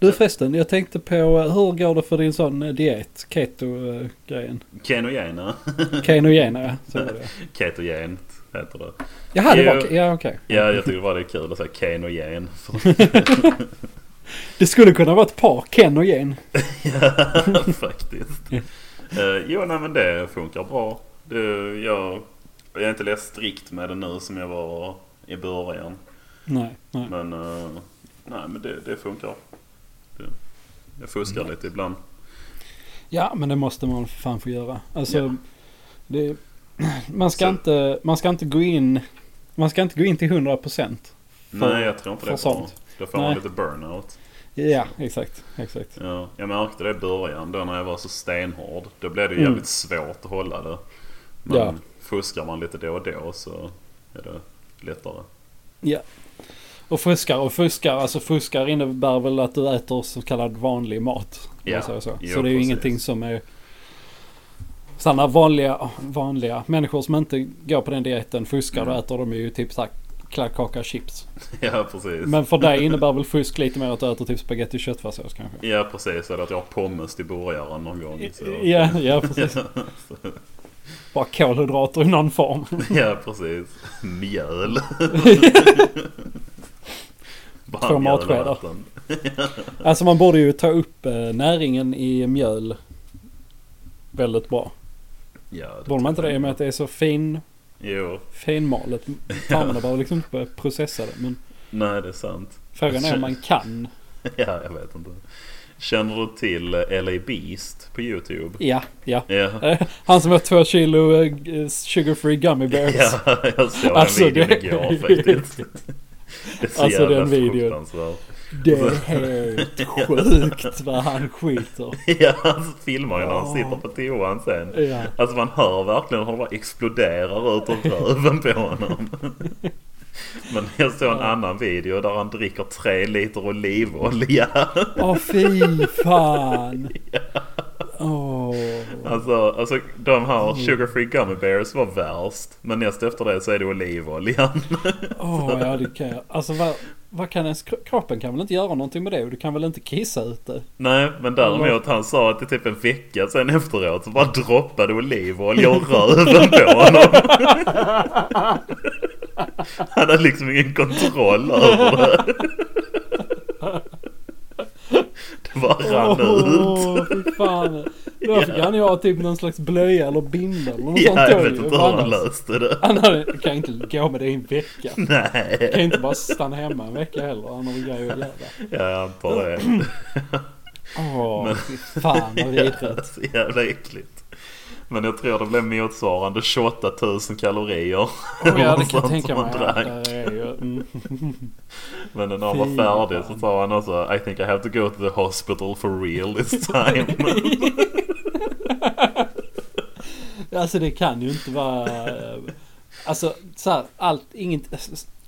Du förresten, jag tänkte på eh, hur går det för din sån eh, diet? Keto-grejen. Kenogena. Kenogena, ja. Så var det. Ketogen heter det. Jaha, det var... Jo. Ja, okej. Ja, jag tycker bara det är kul att säga kenogen. Det skulle kunna vara ett par kenogen. Ja, faktiskt. Eh, jo, nej men det funkar bra. Det, jag, jag är inte lika strikt med det nu som jag var i början. Nej, nej. Men, eh, nej, men det, det funkar. Det, jag fuskar Mm. lite ibland. Ja, men det måste man för fan få göra. Alltså, Ja. det, man, ska Så- inte, man ska inte gå in... Man ska inte gå in till 100%. För- nej, jag tror inte för det sånt. Då får Nej. man lite burnout. Ja, exakt. Exakt. Ja, jag märkte det i början då när jag var så stenhård. Då blev det ju Mm. jävligt svårt att hålla det. Men Ja. fuskar man lite då och då så är det lättare. Och fuskar och fuskar. Alltså fuskar innebär väl att du äter så kallad vanlig mat. om Ja, man säger Så, jo, så det är ju precis. ingenting som är... Sådana vanliga, vanliga människor som inte går på den dieten fuskar Mm. och äter de är ju typ såhär kladdkaka chips. Ja, precis. Men för dig innebär väl fusk lite mer att du äter typ spagetti och köttfärssås kanske? Ja precis, eller att jag har pommes till burgaren någon gång. Så. Ja, ja precis. Bara kolhydrater i någon form. ja precis. Mjöl. Bara Två mjöl och matskedar. vatten. Alltså man borde ju ta upp eh, näringen i mjöl väldigt bra. Ja, det Borde man inte tror det i och jag. med att det är så fin, Jo, finmalet? Fan man behöver liksom inte börja processa det. Men nej det är sant. frågan är om man kan. Ja, jag vet inte. Känner du till eh, LA Beast på YouTube? Ja, ja. Ja, Eh, Han som har två kilo eh, g- sugar-free gummy bears. ja jag såg Alltså, den videon det- igår faktiskt. Det är så Alltså, jävla den videon. fruktansvärt. Det är helt sjukt vad han skiter. Ja, han filmar ju när han Ja. sitter på toan sen. Ja. Alltså man hör verkligen hur det bara exploderar ut ur röven på honom. Men jag såg en annan video där han dricker tre liter olivolja. Åh fy fan. Åh. Alltså, alltså de här Mm. Sugar Free Gummy Bears var värst. Men näst efter det så är det olivoljan. Åh ja det kan jag. Alltså vad, vad kan ens, kroppen kan väl inte göra någonting med det och du kan väl inte kissa ut det? Nej, men däremot han sa att det typ en vecka sen efteråt så bara droppade olivolja ur röven på honom. Han hade liksom ingen kontroll över det. Det bara rann ut. Åh, fy fan. Då fick han ju ha typ någon slags blöja eller binda eller något sånt. Ja, jag då vet ju. inte hur han Annars- löste det. Han hade, kan inte gå med det i en vecka. Kan Nej, inte bara stanna hemma en vecka heller. Han har ju grejer att göra. jag antar det. Åh, fy fan vad Ja, vidrigt. så jävla äckligt. Men jag tror det blev motsvarande 28 000 kalorier. Åh, ja, det kan jag Sånt tänka som mig. han Ja, drack. det är ju- mm. Men när han var Fy färdig fan. så sa han också I think I have to go to the hospital for real this time. Alltså det kan ju inte vara... eh, Alltså så här, allt, inget,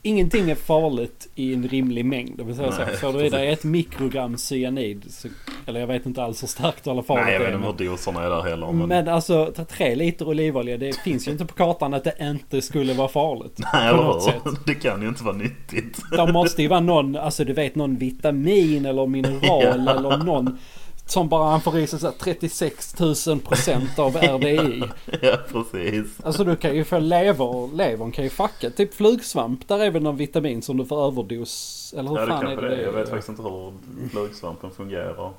ingenting är farligt i en rimlig mängd. Om vi säger så. Nej, Får du i dig ett mikrogram cyanid, så, eller jag vet inte alls hur starkt eller farligt Nej jag det vet är. inte hur Men, doserna är där heller. Men... men, alltså ta tre liter olivolja, det finns ju inte på kartan att det inte skulle vara farligt. Nej på eller något hur? sätt. Det kan ju inte vara nyttigt. Det måste ju vara någon, alltså du vet någon vitamin eller mineral Ja. eller någon som bara han får i sig så här 36 000 procent av RDI. ja precis. Alltså du kan ju få lever, levern kan ju fucka. Typ flugsvamp, där är väl någon vitamin som du får överdos. Eller hur Ja det fan är kanske det? det är. Jag vet faktiskt inte hur flugsvampen fungerar.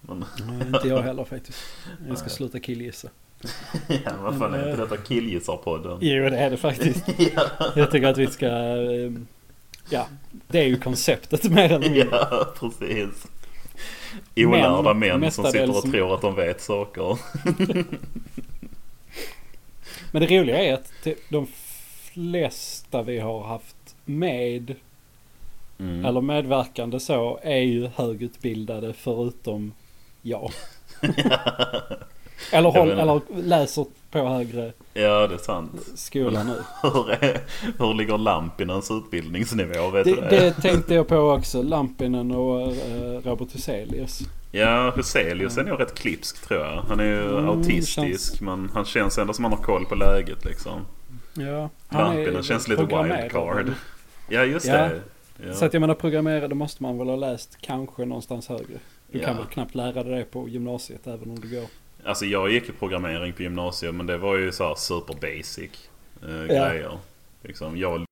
Men Nej, Mm, inte jag heller faktiskt. Jag ska sluta killgissa. ja, vad fan är inte detta killgissarpodden? Jo det är det faktiskt. Jag tycker att vi ska... eh, Ja, det är ju konceptet mer eller mindre. Ja precis. Olärda män, som sitter och mestadels- tror att de vet saker. Men det roliga är att det- de flesta vi har haft med Mm. eller medverkande så är ju högutbildade förutom jag. eller, håll, menar- eller läser på högre Ja det är sant. skola nu. Hur, är, hur ligger Lampinens utbildningsnivå? Vet du Det, det tänkte jag på också. Lampinen och eh, Robert Hyselius. Ja, Huselius är nog rätt klipsk tror jag. Han är ju Mm, autistisk känns- men han känns ändå som han har koll på läget liksom. Ja, Lampinen känns lite programmerare. wildcard. Ja, just Ja. det. Ja. Så att jag menar programmera, då måste man väl ha läst kanske någonstans högre. Du Ja. kan väl knappt lära dig det på gymnasiet även om du går. Alltså jag gick ju programmering på gymnasiet men det var ju så här super basic eh, grejer. Liksom, jag och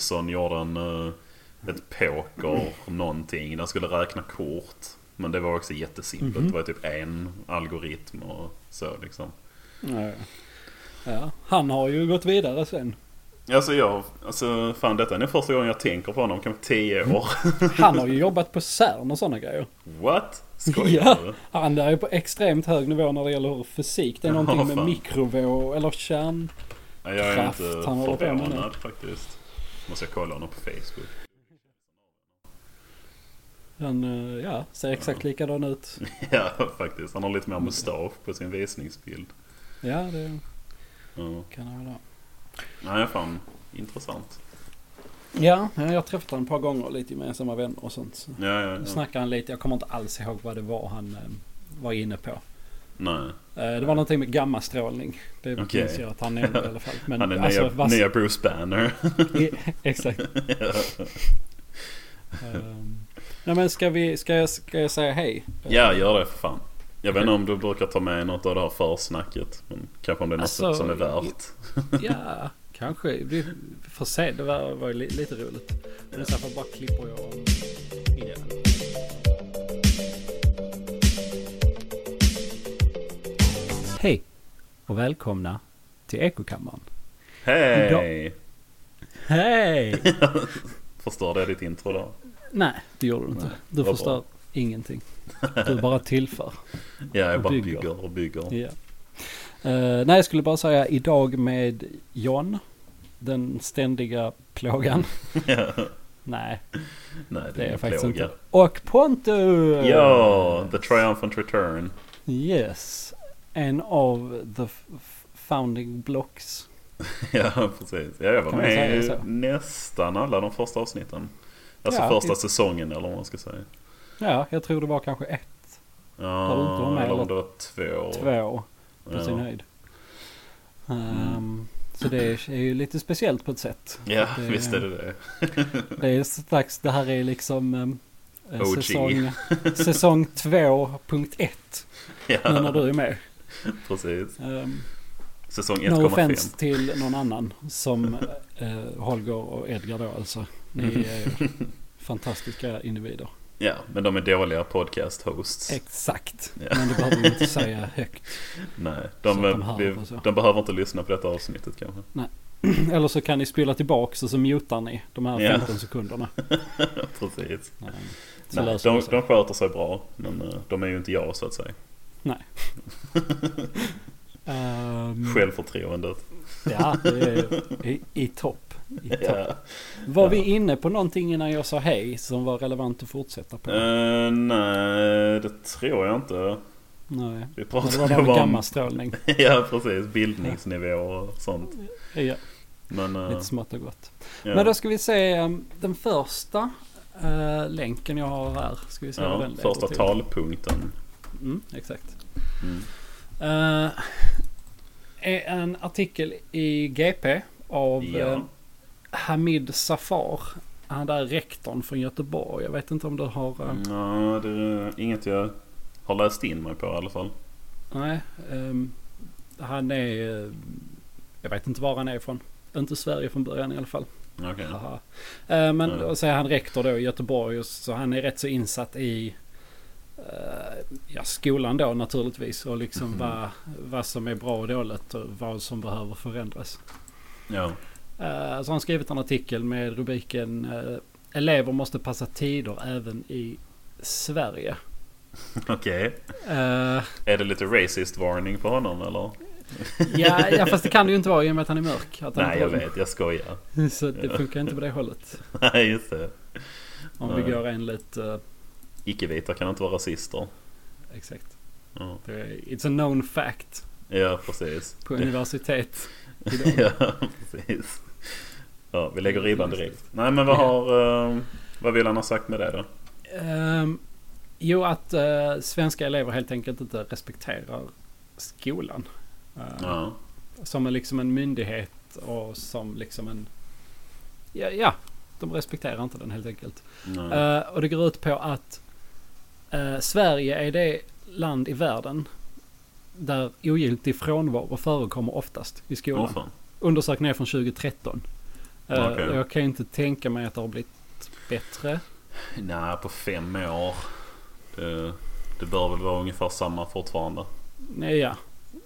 Lilson gjorde en, eh, ett poker någonting. Den skulle räkna kort. Men det var också jättesimpelt. Mhm. Det var typ en algoritm och så liksom. Ja. Ja. Han har ju gått vidare sen. Alltså jag, alltså fan detta är nog första gången jag tänker på honom kanske tio Mhm. år. Han har ju jobbat på CERN och sådana grejer. What? Ja. Skojar du? Han är ju på extremt hög nivå när det gäller fysik. Det är Ja, någonting med fan. mikrovåg eller kärn. Nej, Jag är Kraft, inte han håller på med nu. förvånad faktiskt. Måste jag kolla honom på Facebook. Han eh, ja, ser exakt likadan ut. Ja faktiskt. Han har lite mer mustasch på sin visningsbild. Ja, det Ja. kan han väl ha. Nej, fan. Intressant. Ja, jag har träffat honom ett par gånger. Lite gemensamma vänner och sånt. Så Ja, ja, Då ja. snackade han lite. Jag kommer inte alls ihåg vad det var han eh, var inne på. Nej. Eh, Det var någonting med gammastrålning. Det Okej. minns jag att han nämnde i alla fall. Men Han är alltså, nya, vad- nya Bruce Banner. Exakt. Ehm, Nej men ska, vi, ska, jag, ska jag säga hej? ja, gör det för fan. Jag vet inte om du brukar ta med något av det här försnacket. Men kanske om det är något Alltså, som är värt. Ja, kanske. Vi får se. Det var, var ju li, lite roligt. Men sen får jag bara klipper jag in det. Hej och välkomna till Ekokammaren. Hej! Hej! Förstörde jag ditt intro då? Nej, det gjorde du inte. Nej, Du vad bra. förstör ingenting. Du bara tillför. Ja, jag Och bara bygger. bygger och bygger. Ja. Eh, nej, jag skulle bara säga idag med John. Den ständiga plågan. nej, Nej, det är jag en faktiskt plåga. inte. Och Pontus! Ja, The Triumphant Return. Yes. En av the f- f- founding blocks. Ja, precis. Ja, jag var Kan man med säga så? i nästan alla de första avsnitten. Alltså Ja, typ. första i- säsongen eller vad man ska säga. Ja, jag tror det var kanske ett, Ja, du inte varit med, eller om eller? det var två. två på Ja. Mm. sin höjd. Ehm, Så det är, är ju lite speciellt på ett sätt. Ja, Att det- visst är det det. Det är strax, det här är liksom ehm, eh, OG. säsong, säsong 2.1 nu när Ja, du är med. precis. Ehm, Säsong no 1,5. offense till någon annan som eh, Holger och Edgar då alltså. Mm. Ni är fantastiska individer. Ja, men de är dåliga podcast hosts. Exakt. Ja. Men det behöver vi inte säga högt. Nej, Så de, att de hör vi, och så. de behöver inte lyssna på detta avsnittet kanske. Eller så kan ni spela tillbaks och så mutar ni de här Ja. 15 sekunderna. Precis. Nej, Så Nej, löser de, det sig. de sköter sig bra, men eh, de är ju inte jag så att säga. Ehm, Självförtroendet. ja, det är i, i topp. I topp. Ja. Var vi inne på någonting innan jag sa hej som var relevant att fortsätta på? Eh, nej, det tror jag inte. Nej. Vi Men Det var pratade det här med bara om... gammastrålning. ja, precis. Bildningsnivå och sånt. Ja, Men... eh, lite smått och gott. ja. Men då ska vi se um, den första eh, länken jag har här. Ska vi se vad ja, den leder första till. talpunkten. Mm, exakt. Mm. Eh, är en artikel i GP av eh, Ja. Hamid Safar. Han där rektorn från Göteborg. Jag vet inte om du har... eh, Ja, det är inget jag har läst in mig på i alla fall. Nej. ehm, han är... eh, jag vet inte var han är ifrån. Inte Sverige från början i alla fall. Okej. Haha. Eh, men Mm. och så är han rektor då i Göteborg. och Så han är rätt så insatt i eh, ja, skolan då naturligtvis. Och liksom Mhm. vad, vad som är bra och dåligt och vad som behöver förändras. Ja. Eh, Så har han skrivit en artikel med rubriken eh, Elever måste passa tider även i Sverige. Okej. Eh, Är det lite racist warning på honom eller? Ja, ja, fast det kan det ju inte vara i och med att han är mörk. Att han Nej, är jag brun. vet. Jag skojar. Så det funkar inte på det hållet. Nej, just det. Om Nej. vi går enligt... Uh, Icke-vita kan inte vara rasister. exakt. Ja, Det är- It's a known fact ja precis. på Det- universitet. idag. ja, precis. Ja, vi lägger ribban direkt. Nej, men vad har... eh, vad vill han ha sagt med det då? Ehm, jo, att eh, svenska elever helt enkelt inte respekterar skolan. Eh, Ja. Som är liksom en myndighet och som liksom en... Ja, ja de respekterar inte den helt enkelt. Nej. Eh, och det går ut på att eh, Sverige är det land i världen där ogiltig frånvaro förekommer oftast i skolan. Åh, fan. Undersökningen är från 2013. Eh, Okej. och Jag kan ju inte tänka mig att det har blivit bättre. Nej, på fem år. Det, det bör väl vara ungefär samma fortfarande. Nej, ja.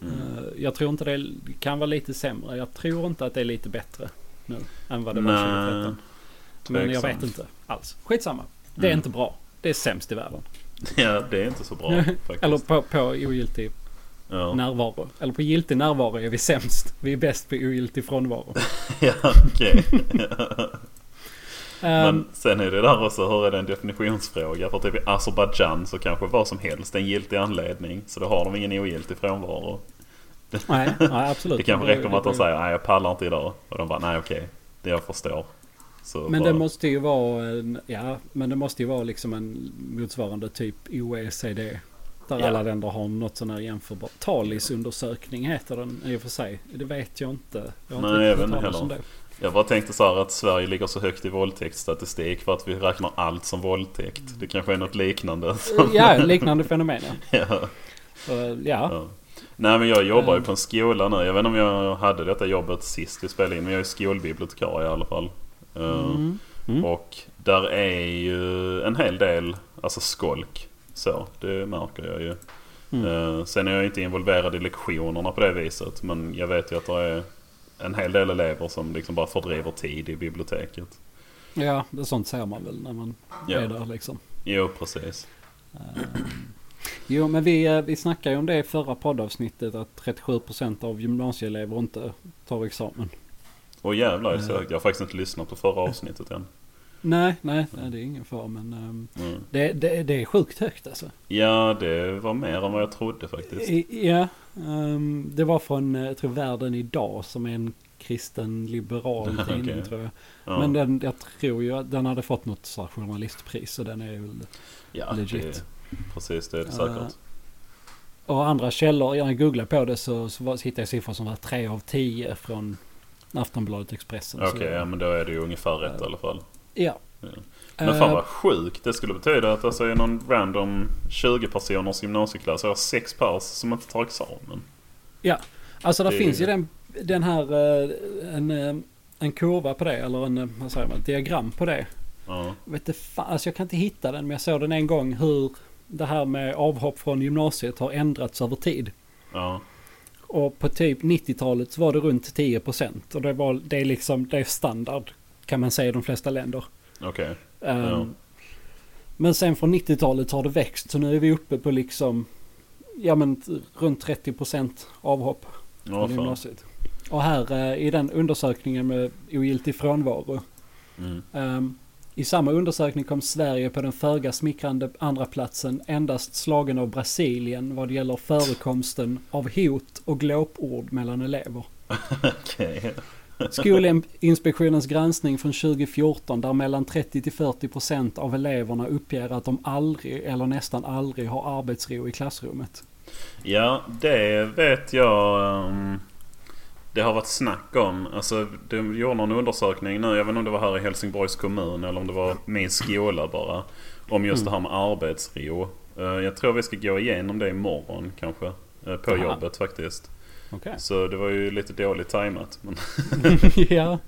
Mm. Eh, Jag tror inte det det kan vara lite sämre. Jag tror inte att det är lite bättre nu än vad det var Nej, 2013. Men jag vet tveksamt. inte alls. Skitsamma. Det är Mm. inte bra. Det är sämst i världen. Ja, det är inte så bra faktiskt. Eller på, på ogiltig ja. närvaro. Eller på giltig närvaro är vi sämst. Vi är bäst på ogiltig frånvaro. ja, okej. Ehm, Men sen är det där också, hur är det en definitionsfråga? För typ i Azerbajdzjan så kanske vad som helst är en giltig anledning. Så då har de ingen ogiltig frånvaro. nej, nej, absolut. Det kanske Det- räcker med att de det- säger nej jag pallar inte idag. Och de bara nej okej, det jag förstår. Så Men bara, det måste ju vara en, ja, men det måste ju vara liksom en motsvarande typ OECD. Där Ja. alla länder har något sån här jämförbart. Talisundersökning heter den i och för sig. Det vet jag inte. Jag har Nej, inte jag riktigt vet inte hört talas om heller. det. Jag bara tänkte så här att Sverige ligger så högt i våldtäktsstatistik för att vi räknar allt som våldtäkt. Det kanske är något liknande. Ja, liknande fenomen ja. ja. Så, ja. Ja. Nej men jag jobbar ju på en skola nu. Jag vet inte om jag hade detta jobbet sist vi spelade in. Men jag är skolbibliotekarie i alla fall. Eh, Mm. Mm. Och där är ju en hel del alltså skolk. Så det märker jag ju. Mm. Eh, Sen är jag ju inte involverad i lektionerna på det viset. Men jag vet ju att det är en hel del elever som liksom bara fördriver tid i biblioteket. ja, det är sånt ser man väl när man Ja. är där liksom. Jo precis. Eh, Jo, men vi, eh, vi snackade ju om det i förra poddavsnittet att 37% av gymnasieelever inte tar examen. Och jävlar jag är så högt. Jag har faktiskt inte lyssnat på förra avsnittet än. Nej, nej, nej det är ingen fara men ehm, Mm. det, det, det är sjukt högt alltså. Ja det var mer än vad jag trodde faktiskt. I- Ja, ehm, det var från, eh, jag tror Världen idag som är en kristen liberal Okej. tidning tror jag. Ja. Men den, jag tror ju att den hade fått något så här journalistpris så den är väl... Ja, Legit. Det, precis det är det säkert. Och andra källor, när jag googlade på det så, så var- hittade jag siffror som var 3 av 10 från Aftonbladet Expressen. Okej, så- ja men då är det ju ungefär rätt i alla fall. ja. Ja. Men Eh, fan vad sjukt. Det skulle betyda att alltså i någon random 20-personers gymnasieklass har jag sex pers som inte tar examen. Ja, alltså där Det- finns ju den, den här, eh, en, eh, en kurva på det, eller en, eh, vad säger man, ett diagram på det. Ja, Jag vet inte fan, alltså jag kan inte hitta den men jag såg den en gång hur det här med avhopp från gymnasiet har ändrats över tid. ja, Och på typ 90-talet så var det runt 10% och det, var, det är liksom det är standard kan man säga i de flesta länder. okej. Ehm, Ja. Men sen från 90-talet har det växt så nu är vi uppe på liksom ja men t- runt 30% avhopp Ja, från fan. gymnasiet. Och här eh, i den undersökningen med ogiltig frånvaro Mm. Ehm, I samma undersökning kom Sverige på den föga smickrande andra platsen endast slagen av Brasilien vad gäller förekomsten av hot och glåpord mellan elever. Okej. Skolinspektionens granskning från 2014 där mellan 30 till 40 procent av eleverna uppger att de aldrig eller nästan aldrig har arbetsro i klassrummet. Ja, det vet jag. ehm, Det har varit snack om. Alltså, de gjorde någon undersökning nu. Jag vet inte om det var här i Helsingborgs kommun eller om det var min skola bara. Om just det här med arbetsro. Eh, Jag tror vi ska gå igenom det imorgon kanske. eh, På Aha. jobbet faktiskt. Okej. Så det var ju lite dåligt tajmat. Men, ja.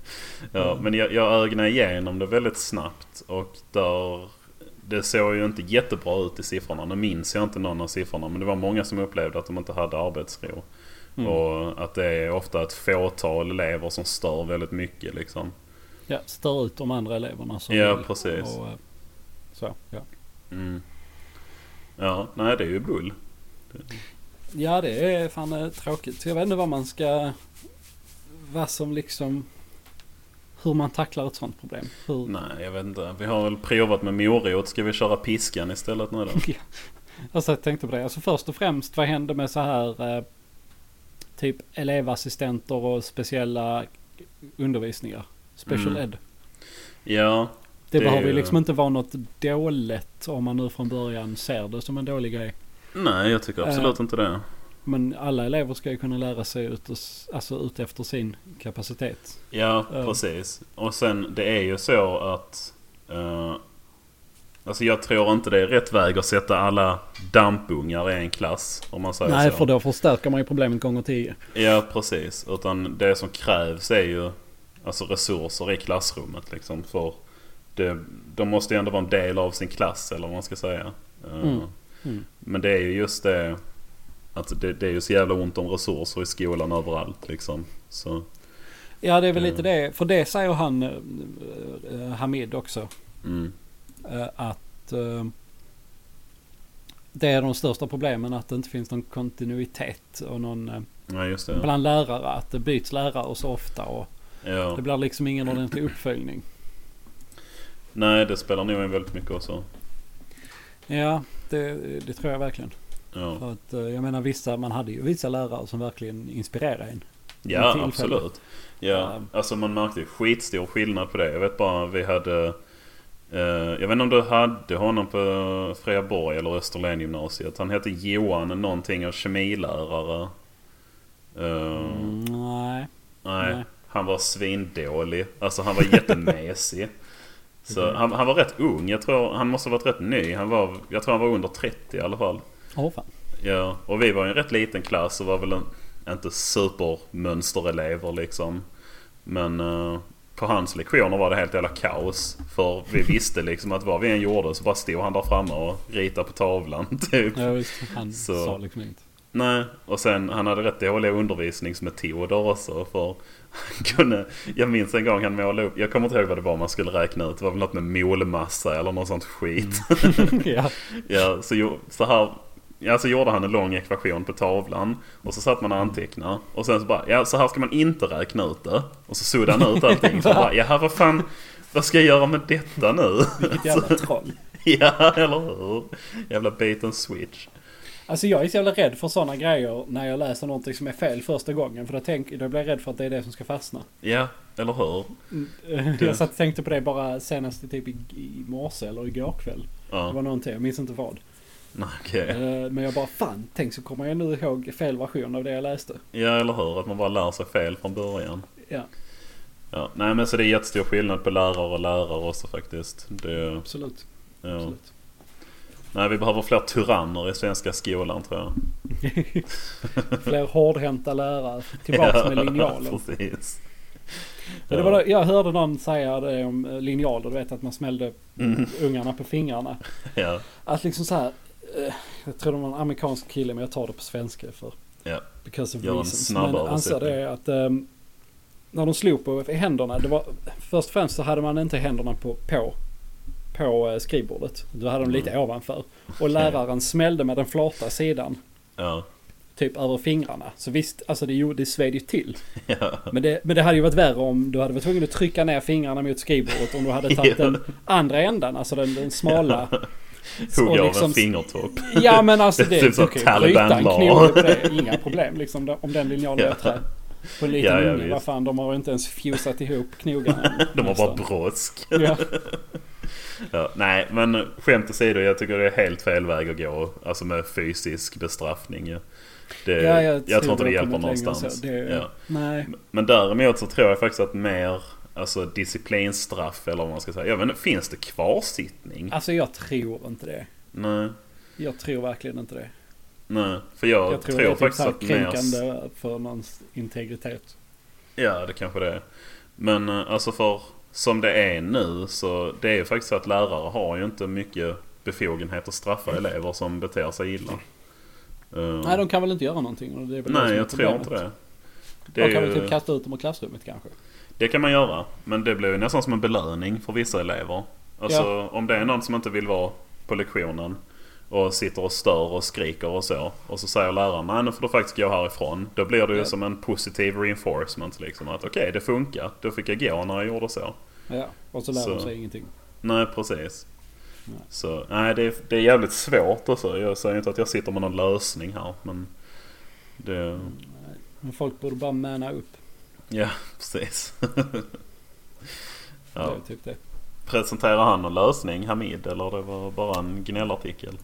ja, men jag, jag ögnade igenom det väldigt snabbt. Och där, det såg ju inte jättebra ut i siffrorna. Nu minns jag inte någon av siffrorna. Men det var många som upplevde att de inte hade arbetsro. Mm. Och att det är ofta ett fåtal elever som stör väldigt mycket liksom. ja, stör ut de andra eleverna. Som Ja, vill. precis. Och, eh, så, ja. Mm. Ja, nej det är ju bull. Ja det är fan eh, tråkigt. Så jag vet inte vad man ska... Vad som liksom... Hur man tacklar ett sånt problem. Hur, Nej, jag vet inte. Vi har väl provat med morot. Ska vi köra piskan istället nu då? Alltså jag tänkte på det. Alltså först och främst vad händer med så här... Eh, typ elevassistenter och speciella undervisningar. Special Mm. ed. Ja, Det, Det är behöver ju ju- liksom inte vara något dåligt om man nu från början ser det som en dålig grej. nej jag tycker absolut inte det. Men alla elever ska ju kunna lära sig ut, alltså ut efter sin kapacitet. Ja, precis. Och sen det är ju så att... Eh, alltså jag tror inte det är rätt väg att sätta alla dampungar i en klass. Om man säger Nej, så. för då förstärker man ju problemet gånger tio. Ja, precis. Utan det som krävs är ju alltså resurser i klassrummet. Liksom, för det, de måste ju ändå vara en del av sin klass, eller vad man ska säga. Eh, Mm. Mm. Men det är ju just det att det, det är ju så jävla ont om resurser i skolan överallt. Liksom. Så, Ja, det är väl Ja. lite det. För det säger han, eh, eh, Hamid också. mm, eh, att eh, det är de största problemen att det inte finns någon kontinuitet och någon eh, ja, just det. bland lärare att det byts lärare så ofta och Ja. det blir liksom ingen ordentlig uppföljning. Nej, det spelar nog in väldigt mycket också. Ja, det, det tror jag verkligen. Ja, För att, eh, jag menar vissa, man hade ju vissa lärare som verkligen inspirerade en. ja tillfälle. absolut. Ja, Ja. alltså man märkte skitstor skillnad på det. Jag vet bara vi hade... eh, jag vet inte om du hade honom på Freaborg eller Österlen gymnasiet. Han hette Johan någonting och kemilärare. Eh, Mm, nej, nej. nej. Han var svindålig. Alltså han var jättemesig. Så han, han var rätt ung. Jag tror han måste ha varit rätt ny. Han var, jag tror han var under 30 i alla fall. Åh fan. Ja, och vi var ju en rätt liten klass och var väl en, inte supermönsterelever liksom. Men eh, på hans lektioner var det helt jävla kaos. För vi visste liksom att vad vi än gjorde så bara stod han där framme och ritade på tavlan typ. Ja, visst, han Så. sa liksom inget. Nej, och sen han hade rätt dåliga undervisningsmetoder också. För han kunde, jag minns en gång han målade upp, jag kommer inte ihåg vad det var man skulle räkna ut. Det var väl något med molmassa eller något sånt skit. ja. Ja, så, jo- så här ja, så gjorde han en lång ekvation på tavlan och så satt man och antecknade och sen så bara, ja så här ska man inte räkna ut det. Och så suddade han ut allting. Så bara, ja vad fan, vad ska jag göra med detta nu? Vilket jävla troll. ja, eller hur? Jävla bait and switch. Alltså jag är så jävla rädd för sådana grejer när jag läser någonting som är fel första gången. För då, tänk, då blir jag rädd för att det är det som ska fastna. Ja, eller hur? Jag satt och tänkte på det bara senast typ i, i morse eller igår kväll. Det Ja, var någonting, jag minns inte vad. nej, okej. Eh, Men jag bara fan, tänk så kommer jag nu ihåg fel version av det jag läste. Ja, eller hur? Att man bara lär sig fel från början. Ja, Ja, nej men så det är jättestor skillnad på lärare och lärare också faktiskt. Det, absolut. ja. absolut. Nej, vi behöver fler tyranner i svenska skolan tror jag. Fler hårdhänta lärare. Tillbaks med linjalen. precis. Ja, det var då, jag hörde någon säga det om eh, linjaler, du vet att man smällde Mm. ungarna på fingrarna. Ja, Att liksom så här. eh, Jag tror det var en amerikansk kille men jag tar det på svenska för ja, because of Gör en reasons. snabb Men han sa översättning. det att ehm, när de slog på händerna. Det var, först och främst så hade man inte händerna på, på, på eh, skrivbordet. Då hade de lite Mm. ovanför. Och läraren smällde med den flata sidan. ja, Typ över fingrarna. Så visst, alltså det, gjorde- det sved ju till. ja, Men det, men det hade ju varit värre om du hade varit tvungen att trycka ner fingrarna mot skrivbordet. Om du hade tagit Ja. den andra ändan, alltså den, den smala. hugg Och av liksom- en fingertopp. Ja men alltså Det det, är typ du som kan ju bryta en Taliban-lar. kniv på det. Inga problem liksom då- om den linjalen Ja. är trä. På en liten Ja, ja, unge, vad visst. fan de har inte ens fjusat ihop knogarna. De har bara nästan. brådsk. Ja, Ja, nej, men skämt åsido, jag tycker det är helt fel väg att gå. Alltså med fysisk bestraffning. ju. Det, ja, jag, tror inte det vi har kommit hjälper längre än så. någonstans. Det, Ja. Nej, Men däremot så tror jag faktiskt att mer alltså, disciplinstraff eller vad man ska säga. Jag vet inte, finns det kvarsittning? alltså jag tror inte det. Nej, Jag tror verkligen inte det. nej. För jag, Jag, tror, tror, det är typ faktiskt så här att mer... kränkande för någons integritet. Ja, det kanske det är. Men eh, alltså för som det är nu så det är ju faktiskt så att lärare har ju inte mycket befogenhet att straffa elever som beter sig illa. Eh, Mm. Nej, de kan väl inte göra någonting? och Det är väl det som nej är jag tror problemet. inte det. De Det, är kan väl ju, typ kasta ut dem ur klassrummet kanske? det kan man göra. Men det blir ju nästan som en belöning för vissa elever. Alltså om det är någon som inte vill vara på lektionen och sitter och stör och skriker och så. Och så säger läraren nej nu får du faktiskt gå härifrån. Då blir det ju Ja. som en positiv reinforcement liksom. Att okej det funkar. Då fick jag gå när jag gjorde så. Ja, och så lär Så. de sig ingenting. Nej, precis. Nej. Så, nej, det är, det är jävligt svårt alltså. Jag säger inte att jag sitter med någon lösning här, men... Det... Mm. Men folk borde bara manna upp. Ja, precis. Det ja. är typ det. Presenterar han någon lösning, Hamid, eller det var bara en gnällartikel?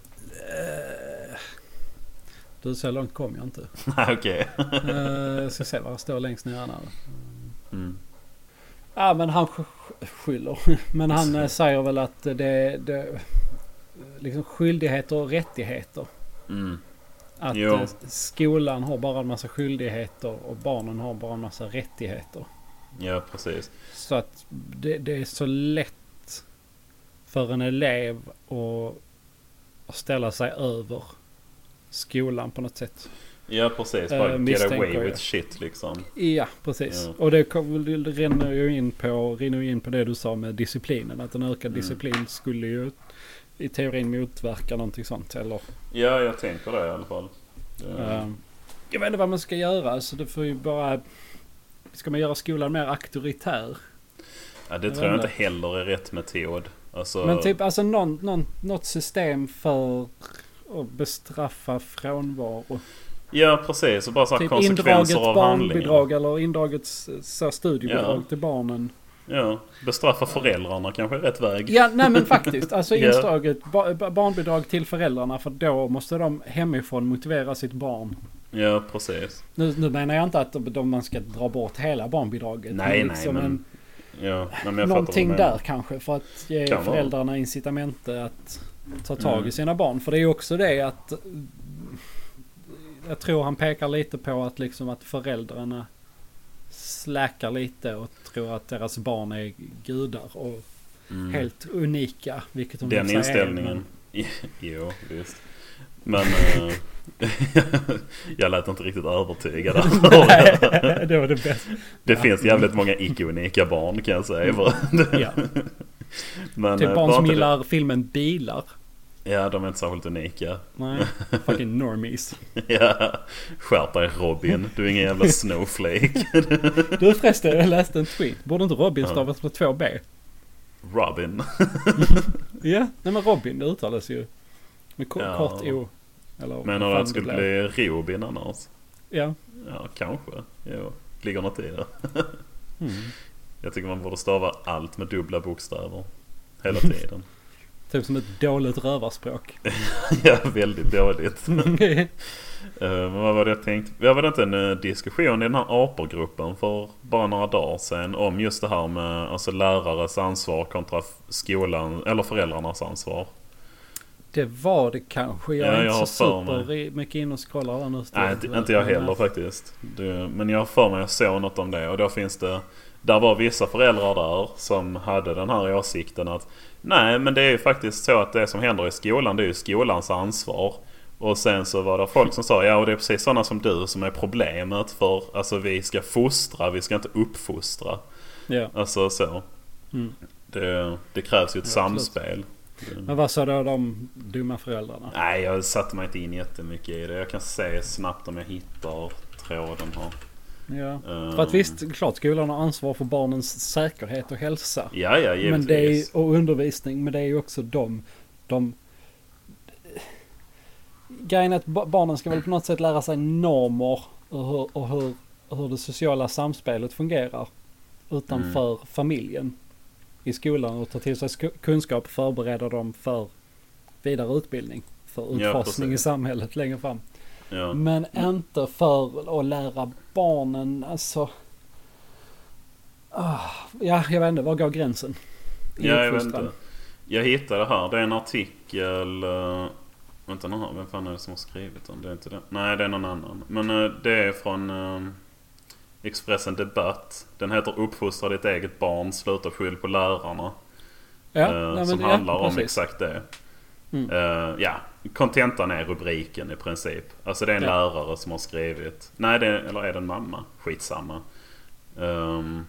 Du, så långt kom jag inte. Nej, Ah, Okej. Eh, Jag ska se vad det står längst ner här. Mm. Ja men han sk- sk- skyller. Men han eh, säger väl att det... det liksom skyldigheter och rättigheter. Mm. Att Jo. eh, skolan har bara en massa skyldigheter och barnen har bara en massa rättigheter. Ja, precis. Så att det, det är så lätt för en elev att, att ställa sig över skolan på något sätt. Ja, precis. Eh, Bara get misstänker away jag. with shit liksom. Ja, precis. Ja. Och det, kom, det rinner ju in på, rinner ju in på det du sa med disciplinen. Att en ökad Mm. disciplin skulle ju i teorin motverka någonting sånt. Eller, Ja, jag tänker det i alla fall. Det- ehm, jag vet inte vad man ska göra. Alltså, det får ju bara... Ska man göra skolan mer auktoritär? ja, det jag tror jag vet inte heller är rätt metod. Alltså, Men typ alltså någon, någon, något system för att bestraffa frånvaro. Ja, precis. Och bara så här Typ konsekvenser indraget av handlingen. barnbidrag eller indraget s- så här, studiebidrag Ja. till barnen. Ja, bestraffa föräldrarna kanske är rätt väg. Ja, nej men faktiskt. Alltså Ja. indraget ba- ba- barnbidrag till föräldrarna för då måste de hemifrån motivera sitt barn. Ja, precis. Nu, nu menar jag inte att de, de- man ska dra bort hela barnbidraget. liksom Nej, nej, men en- Ja, nej, men jag någonting fattar vad du menar. där kanske för att ge Kan vara. föräldrarna incitament att ta tag Mm. i sina barn. För det är ju också det att eh, jag tror han pekar lite på att liksom att föräldrarna släkar lite och tror att deras barn är gudar och Mm. helt unika. Vilket de i och Den för sig är, men- inställningen. jo, visst. Men eh, jag lät inte riktigt övertygad. Nej, det var det bästa. det finns jävligt många icke-unika barn kan jag säga. Ja. Men, Mm. Typ eh, barn bara som inte- gillar filmen Bilar. Ja, de är inte särskilt unika. Nej, fucking normies. Ja. Skärp dig Robin, du är ingen jävla snowflake. Du förresten, jag läste en tweet. Borde inte Robin Ja. stavas med två B? Robin. Ja, nej men Robin det uttalas ju med ko- Ja. kort O. Eller vad Men fan om det skulle blev. bli Robin annars? Ja. Ja, kanske. Jo, ligger något i det. Mm. Jag tycker man borde stava allt med dubbla bokstäver. Hela tiden. Typ som ett dåligt rövarspråk. ja, väldigt dåligt. Eh, Men vad var det jag tänkte? Jag var det inte en eh, diskussion i den här apergruppen för bara några dagar sedan om just det här med alltså, lärares ansvar kontra f- skolan eller föräldrarnas ansvar? det var det kanske. Jag Ja, är jag inte har så för mig. super i- mycket in och scrollar där nu. Nej, inte, inte jag heller faktiskt. Det, men jag har för mig jag såg något om det och då finns det... Där var vissa föräldrar där som hade den här åsikten att Nej men det är ju faktiskt så att det som händer i skolan det är ju skolans ansvar. Och sen så var det folk som sa ja och det är precis sådana som du som är problemet för alltså vi ska fostra, vi ska inte uppfostra. Ja. Alltså så. Mm. Det, det krävs ju ett Ja, absolut. samspel. Det- Men vad sa då de dumma föräldrarna? Nej, jag satte mig inte in jättemycket i det. Jag kan se snabbt om jag hittar tråden här. Ja. Ehm, För att visst, klart skolan har ansvar för barnens säkerhet och hälsa. Ja, ja, givetvis. Men det är, ju- och undervisning, men det är ju också de... de Grejen är att ba- barnen ska väl på något sätt lära sig normer och hur, och hur, och hur det sociala samspelet fungerar utanför Mm. familjen i skolan och ta till sig sku- kunskap och förbereda dem för vidare utbildning för Ja, utfasning i precis. samhället längre fram. ja. Men inte för att lära barnen, alltså... Ah, ja, jag vet inte, var går gränsen? I ja, jag vet uppfostran. inte. Jag hittade det här. Det är en artikel... eh, vänta nu här. Vem fan är det som har skrivit den? Det är inte den. Nej, det är någon annan. Men eh, det är från eh, Expressen Debatt. Den heter Uppfostra ditt eget barn, sluta skyll på lärarna. Ja, Eh, nej, men, som ja, handlar om liksom. precis. exakt det. Mm. Eh, ja, kontentan är rubriken i princip. Alltså det är en Ja. lärare som har skrivit. Nej, det är, eller är det en mamma? Skitsamma. Ehm,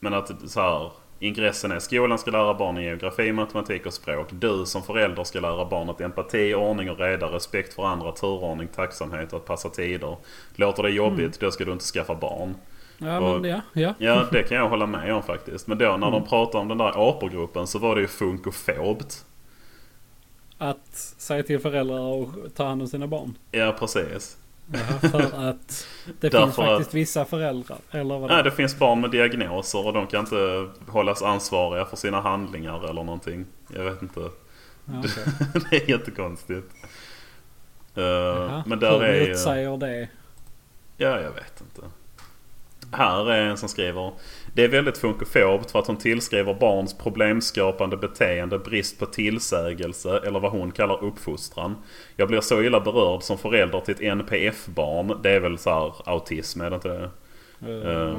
men att så här. Ingressen är skolan ska lära barnen geografi, matematik och språk. Du som förälder ska lära barnet empati, ordning och reda, respekt för andra, turordning, tacksamhet och att passa tider. Låter det jobbigt, Mm. då ska du inte skaffa barn. Ja, och- men ja, ja. Ja, det kan jag hålla med om faktiskt. Men då när de pratade om den där apergruppen så var det ju funkofobt. Att säga till föräldrar att ta hand om sina barn. Ja, precis. Ja, för att det Därför finns faktiskt att- vissa föräldrar, eller vad Nej, det det finns barn med diagnoser och de kan inte hållas ansvariga för sina handlingar eller någonting. Jag vet inte. ja, okej. det är jättekonstigt. Eh, Jaha, men där hur är... eh, motsäger det? Ja, jag vet inte. Här är en som skriver. Det är väldigt funkofobt för att hon tillskriver barns problemskapande beteende brist på tillsägelse eller vad hon kallar uppfostran. Jag blir så illa berörd som förälder till ett NPF-barn. Det är väl så här autism, är det inte det? Eh,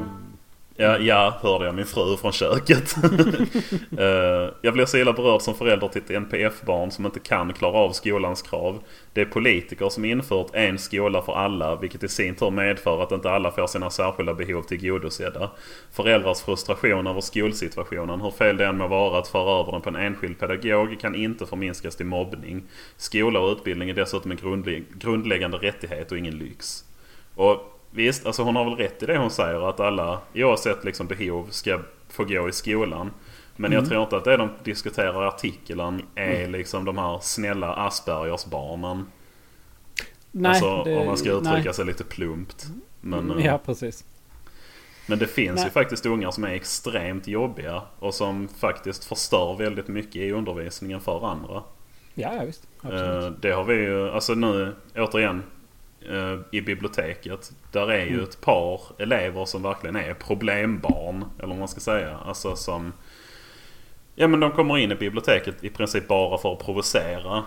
Ja, ja, hörde jag min fru från köket. Eh, jag blir så illa berörd som förälder till ett NPF-barn som inte kan klara av skolans krav. Det är politiker som infört en skola för alla, vilket i sin tur medför att inte alla får sina särskilda behov tillgodosedda. Föräldrars frustration över skolsituationen, hur fel det än må vara att föra över den på en enskild pedagog, kan inte förminskas till mobbning. Skola och utbildning är dessutom en grundlig- grundläggande rättighet och ingen lyx. Och visst, alltså hon har väl rätt i det hon säger att alla oavsett liksom behov ska få gå i skolan. Men Mm. jag tror inte att det de diskuterar i artikeln är liksom de här snälla Aspergers-barnen. Nej, alltså om man ska uttrycka nej. Mm, sig lite plumpt. Men, eh, Ja, precis. men det finns Nej. ju faktiskt ungar som är extremt jobbiga och som faktiskt förstör väldigt mycket i undervisningen för andra. Ja, ja, visst. Absolut. Eh, Det har vi ju, alltså nu återigen eh, i biblioteket. Där är Mm. ju ett par elever som verkligen är problembarn. Eller vad man ska säga. Alltså som... Ja men de kommer in i biblioteket i princip bara för att provocera. Eh,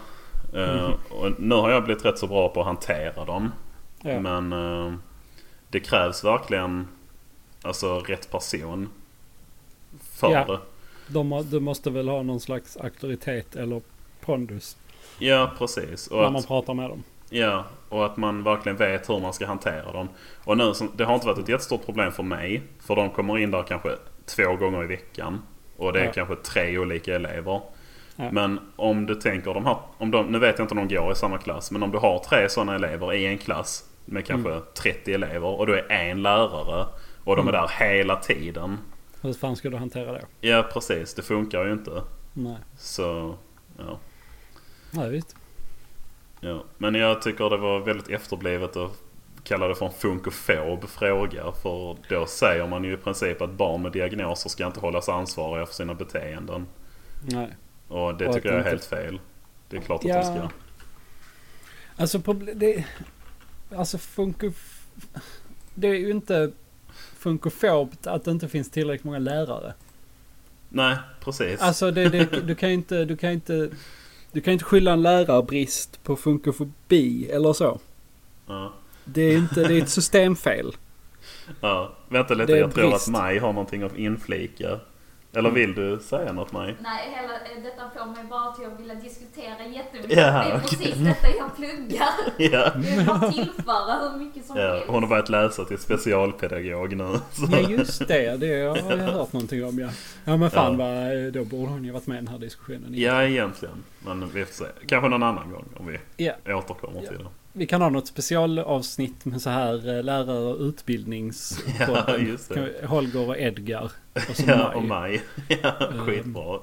Mm-hmm. Och nu har jag blivit rätt så bra på att hantera dem. Ja. Men eh, det krävs verkligen alltså rätt person för Ja. det. De, må- du måste väl ha någon slags auktoritet eller pondus Ja precis. Och när att- man pratar med dem. Ja, och att man verkligen vet hur man ska hantera dem. Och nu, som- det har inte varit ett jättestort problem för mig. För de kommer in där kanske två gånger i veckan. Och det är Ja. kanske tre olika elever. Ja. Men om du tänker de här, om de, nu vet jag inte om de går i samma klass. Men om du har tre sådana elever i en klass med kanske Mm. 30 elever. Och du är en lärare. Och de är där hela tiden. Hur fan ska du hantera det? Ja precis, det funkar ju inte. Nej, Så, ja. Nej visst. Ja, men jag tycker det var väldigt efterblivet att kalla det för en funkofob fråga. För då säger man ju i princip att barn med diagnoser ska inte hållas ansvariga för sina beteenden. Nej. Och det Och tycker att jag är inte- helt fel. Det är klart att Ja. de ska. Alltså, proble- det, alltså funko, det är ju inte funkofobt att det inte finns tillräckligt många lärare. Nej, precis. Alltså det, det, du kan ju inte, du kan ju inte, du kan ju inte skylla en lärarbrist på funkofobi eller så. Ja. Det är inte, det är ett systemfel. Ja. Vänta lite, Det är jag tror brist. att Maj har någonting att inflika. Eller vill du säga något Maj? Nej, hela, eh, detta får mig bara till att vilja diskutera jättemycket. Ja, det är okej. precis detta jag pluggar. Ja. Jag vill bara tillföra hur mycket som ja. helst. Hon har börjat läsa till specialpedagog nu. Så. Ja just det, det har jag hört någonting om ja. Ja men fan Ja. vad, eh, då borde hon ju varit med i den här diskussionen. Ja, egentligen. Men vi får se. Kanske någon annan gång om vi Ja. återkommer Ja. till det. Vi kan ha något specialavsnitt med så här eh, lärare och utbildnings... Ja, just det. Kan vi- Holger och Edgar. Och så Ja, Maj. och maj. Ja, Ehm. skitbra.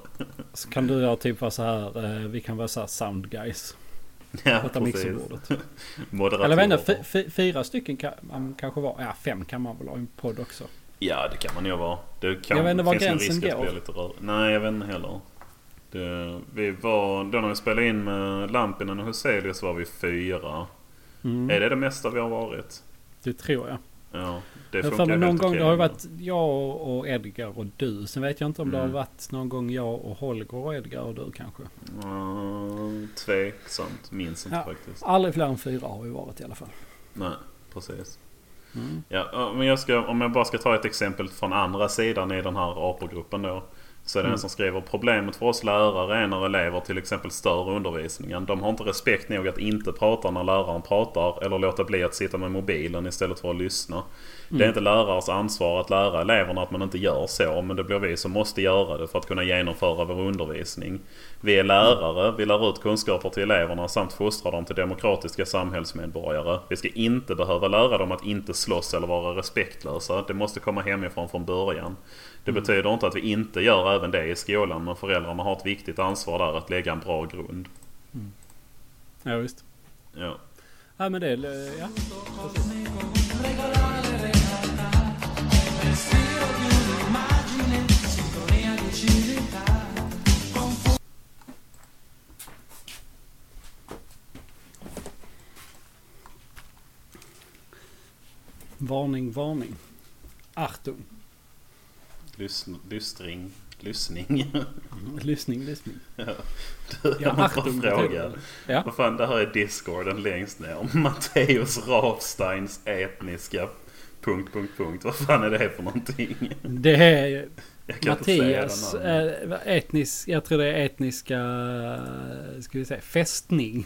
Så kan du och jag typ vara så här, eh, vi kan vara så här sound guys. Ja, Detta mixerbordet. Moderatorer. Eller vänta, f- f- fyra stycken kan man kanske vara. Ja, fem kan man väl ha i en podd också. Ja, det kan man ju vara. Det kan, Jag vet inte var finns en gränsen risk att går. det blir lite rör. Nej, jag vet inte heller. Det, vi var, då när vi spelade in med Lampinen och Huselius var vi fyra. Mm. Är det det mesta vi har varit? Det tror jag. Ja, Mm. det Jag har för funkar mig helt någon gång, okej det har ju ändå. varit jag och och Edgar och du. Sen vet jag inte om det har Mm. varit någon gång jag och Holger och Edgar och du kanske. Mm, tveksamt, minns inte Ja. faktiskt. Aldrig fler än fyra har vi varit i alla fall. Nej, precis. Mm. Ja, ja, men jag ska, om jag bara ska ta ett exempel från andra sidan i den här apogruppen då. Så är det en som skriver problemet för oss lärare är när elever till exempel stör undervisningen. De har inte respekt nog att inte prata när läraren pratar eller låta bli att sitta med mobilen istället för att lyssna. Det är inte lärares ansvar att lära eleverna att man inte gör så men det blir vi som måste göra det för att kunna genomföra vår undervisning. Vi är lärare, vi lär ut kunskaper till eleverna samt fostrar dem till demokratiska samhällsmedborgare. Vi ska inte behöva lära dem att inte slåss eller vara respektlösa. Det måste komma hemifrån från början. Det betyder inte att vi inte gör även det i skolan men föräldrarna har ett viktigt ansvar där att lägga en bra grund. Ja, visst. Ja. Ja, men det är... eh, Ja. Varning, varning. Achtung. Lyssn, lystring. Lyssning. Mm. Lyssning, lyssning. Du, jag måste Achtung, bara betyder fråga. det. Ja. Vad fan, det här är discorden längst ner. Matteus Rafsteins etniska... Punkt, punkt, punkt. Vad fan är det här för någonting? Det är Jag kan inte säga Mattias det namnet. eh, etnisk, jag tror det är etniska, eh, ska vi säga, fästning.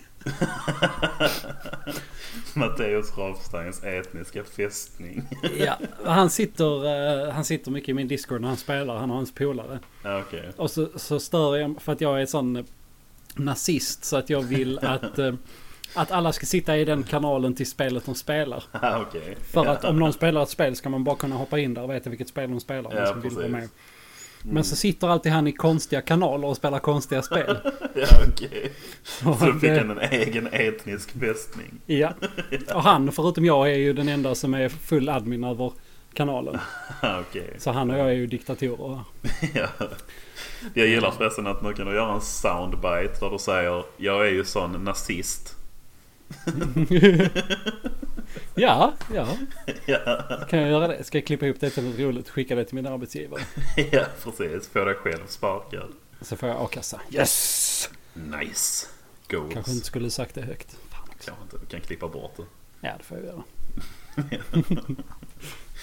Matteus Rafsteins etniska fästning. Ja. Han sitter, eh, han sitter mycket i min Discord när han spelar, han och hans polare. Ja, Ah, Okej. Och så, så stör jag för att jag är en sån eh, nazist så att jag vill att, eh, att alla ska sitta i den kanalen till spelet de spelar. Ja, Ah, Okej. För att om någon spelar ett spel ska man bara kunna hoppa in där och veta vilket spel de spelar. om Ja, man som vill vara med. precis. Men så sitter alltid han i konstiga kanaler och spelar konstiga spel. Ja, okej. Så Och, då fick eh, han en egen etnisk fästning. Ja. Och han, förutom jag, är ju den enda som är full admin över kanalen. Ja, Ah, Okej. Så han och jag är ju diktatorer. Ja. Jag gillar förresten att nu kan du göra en soundbite där du säger Jag är ju sån nazist. Ja, ja. Ja, Kan jag göra det? Ska jag klippa ihop det till något roligt och skicka det till min arbetsgivare? ja precis. Få dig själv sparkad. Så får jag a-kassa. Yes! Nice. Goals. Kanske inte skulle sagt det högt. Fan också. Kanske inte. Vi kan klippa bort det. Ja, det får jag göra.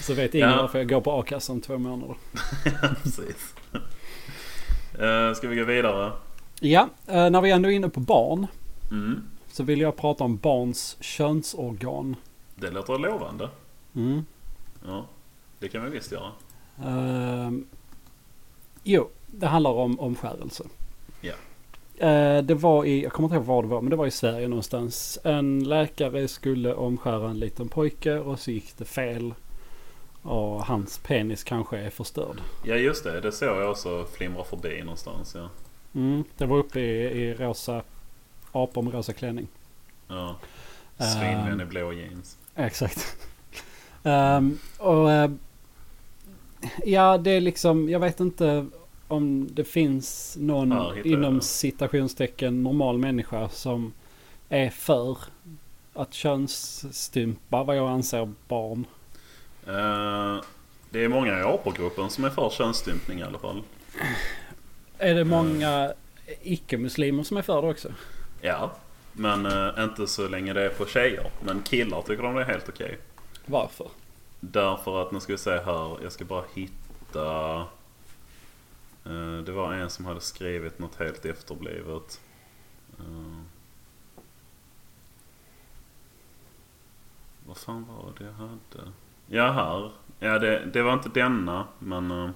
Så vet ingen Ja. varför jag går på a-kassa om två månader. precis. Eh, ska vi gå vidare? Ja, eh, när vi ändå är inne på barn Mm. så vill jag prata om barns könsorgan. Det låter lovande. Mm. Ja, det kan vi visst göra. Ehm, jo, det handlar om omskärelse. Ja. Eh, det var i, jag kommer inte ihåg var det var, men det var i Sverige någonstans. En läkare skulle omskära en liten pojke och så gick det fel. Och hans penis kanske är förstörd. Ja, just det. Det såg jag också flimra förbi någonstans. Ja. Mm, det var uppe i, i rosa apor med rosa klänning. ja. Svinvän i Ehm, blå jeans. Exakt. Ehm, och eh, ja, det är liksom, jag vet inte om det finns någon Ja, hittar jag inom det. citationstecken normal människa som är för att könsstympa vad jag anser barn. Eh, det är många i apogruppen som är för könsstympning i alla fall. Är Mm. det många icke-muslimer som är för det också? Ja, men eh, inte så länge det är på tjejer. Men killar tycker de det är helt okej. Varför? Därför att, nu ska vi se här, jag ska bara hitta... Eh, det var en som hade skrivit något helt efterblivet. Eh, vad fan var det jag hade? Ja, här. Ja, det, det var inte denna, men... eh,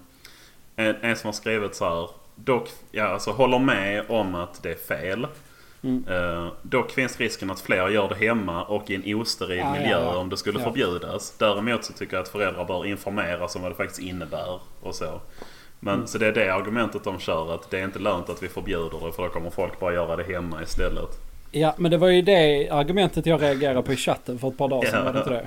en, en som har skrivit så här. Dock, ja, alltså håller med om att det är fel. Mm. Eh, dock finns risken att fler gör det hemma och i en osteril Ja, ja, miljö ja. om det skulle Ja. förbjudas. Däremot så tycker jag att föräldrar bör informeras om vad det faktiskt innebär och så. Men Mm. så det är det argumentet de kör att det är inte lönt att vi förbjuder det för då kommer folk bara göra det hemma istället. Ja, men det var ju det argumentet jag reagerade på i chatten för ett par dagar sedan. Ja. Var det inte det?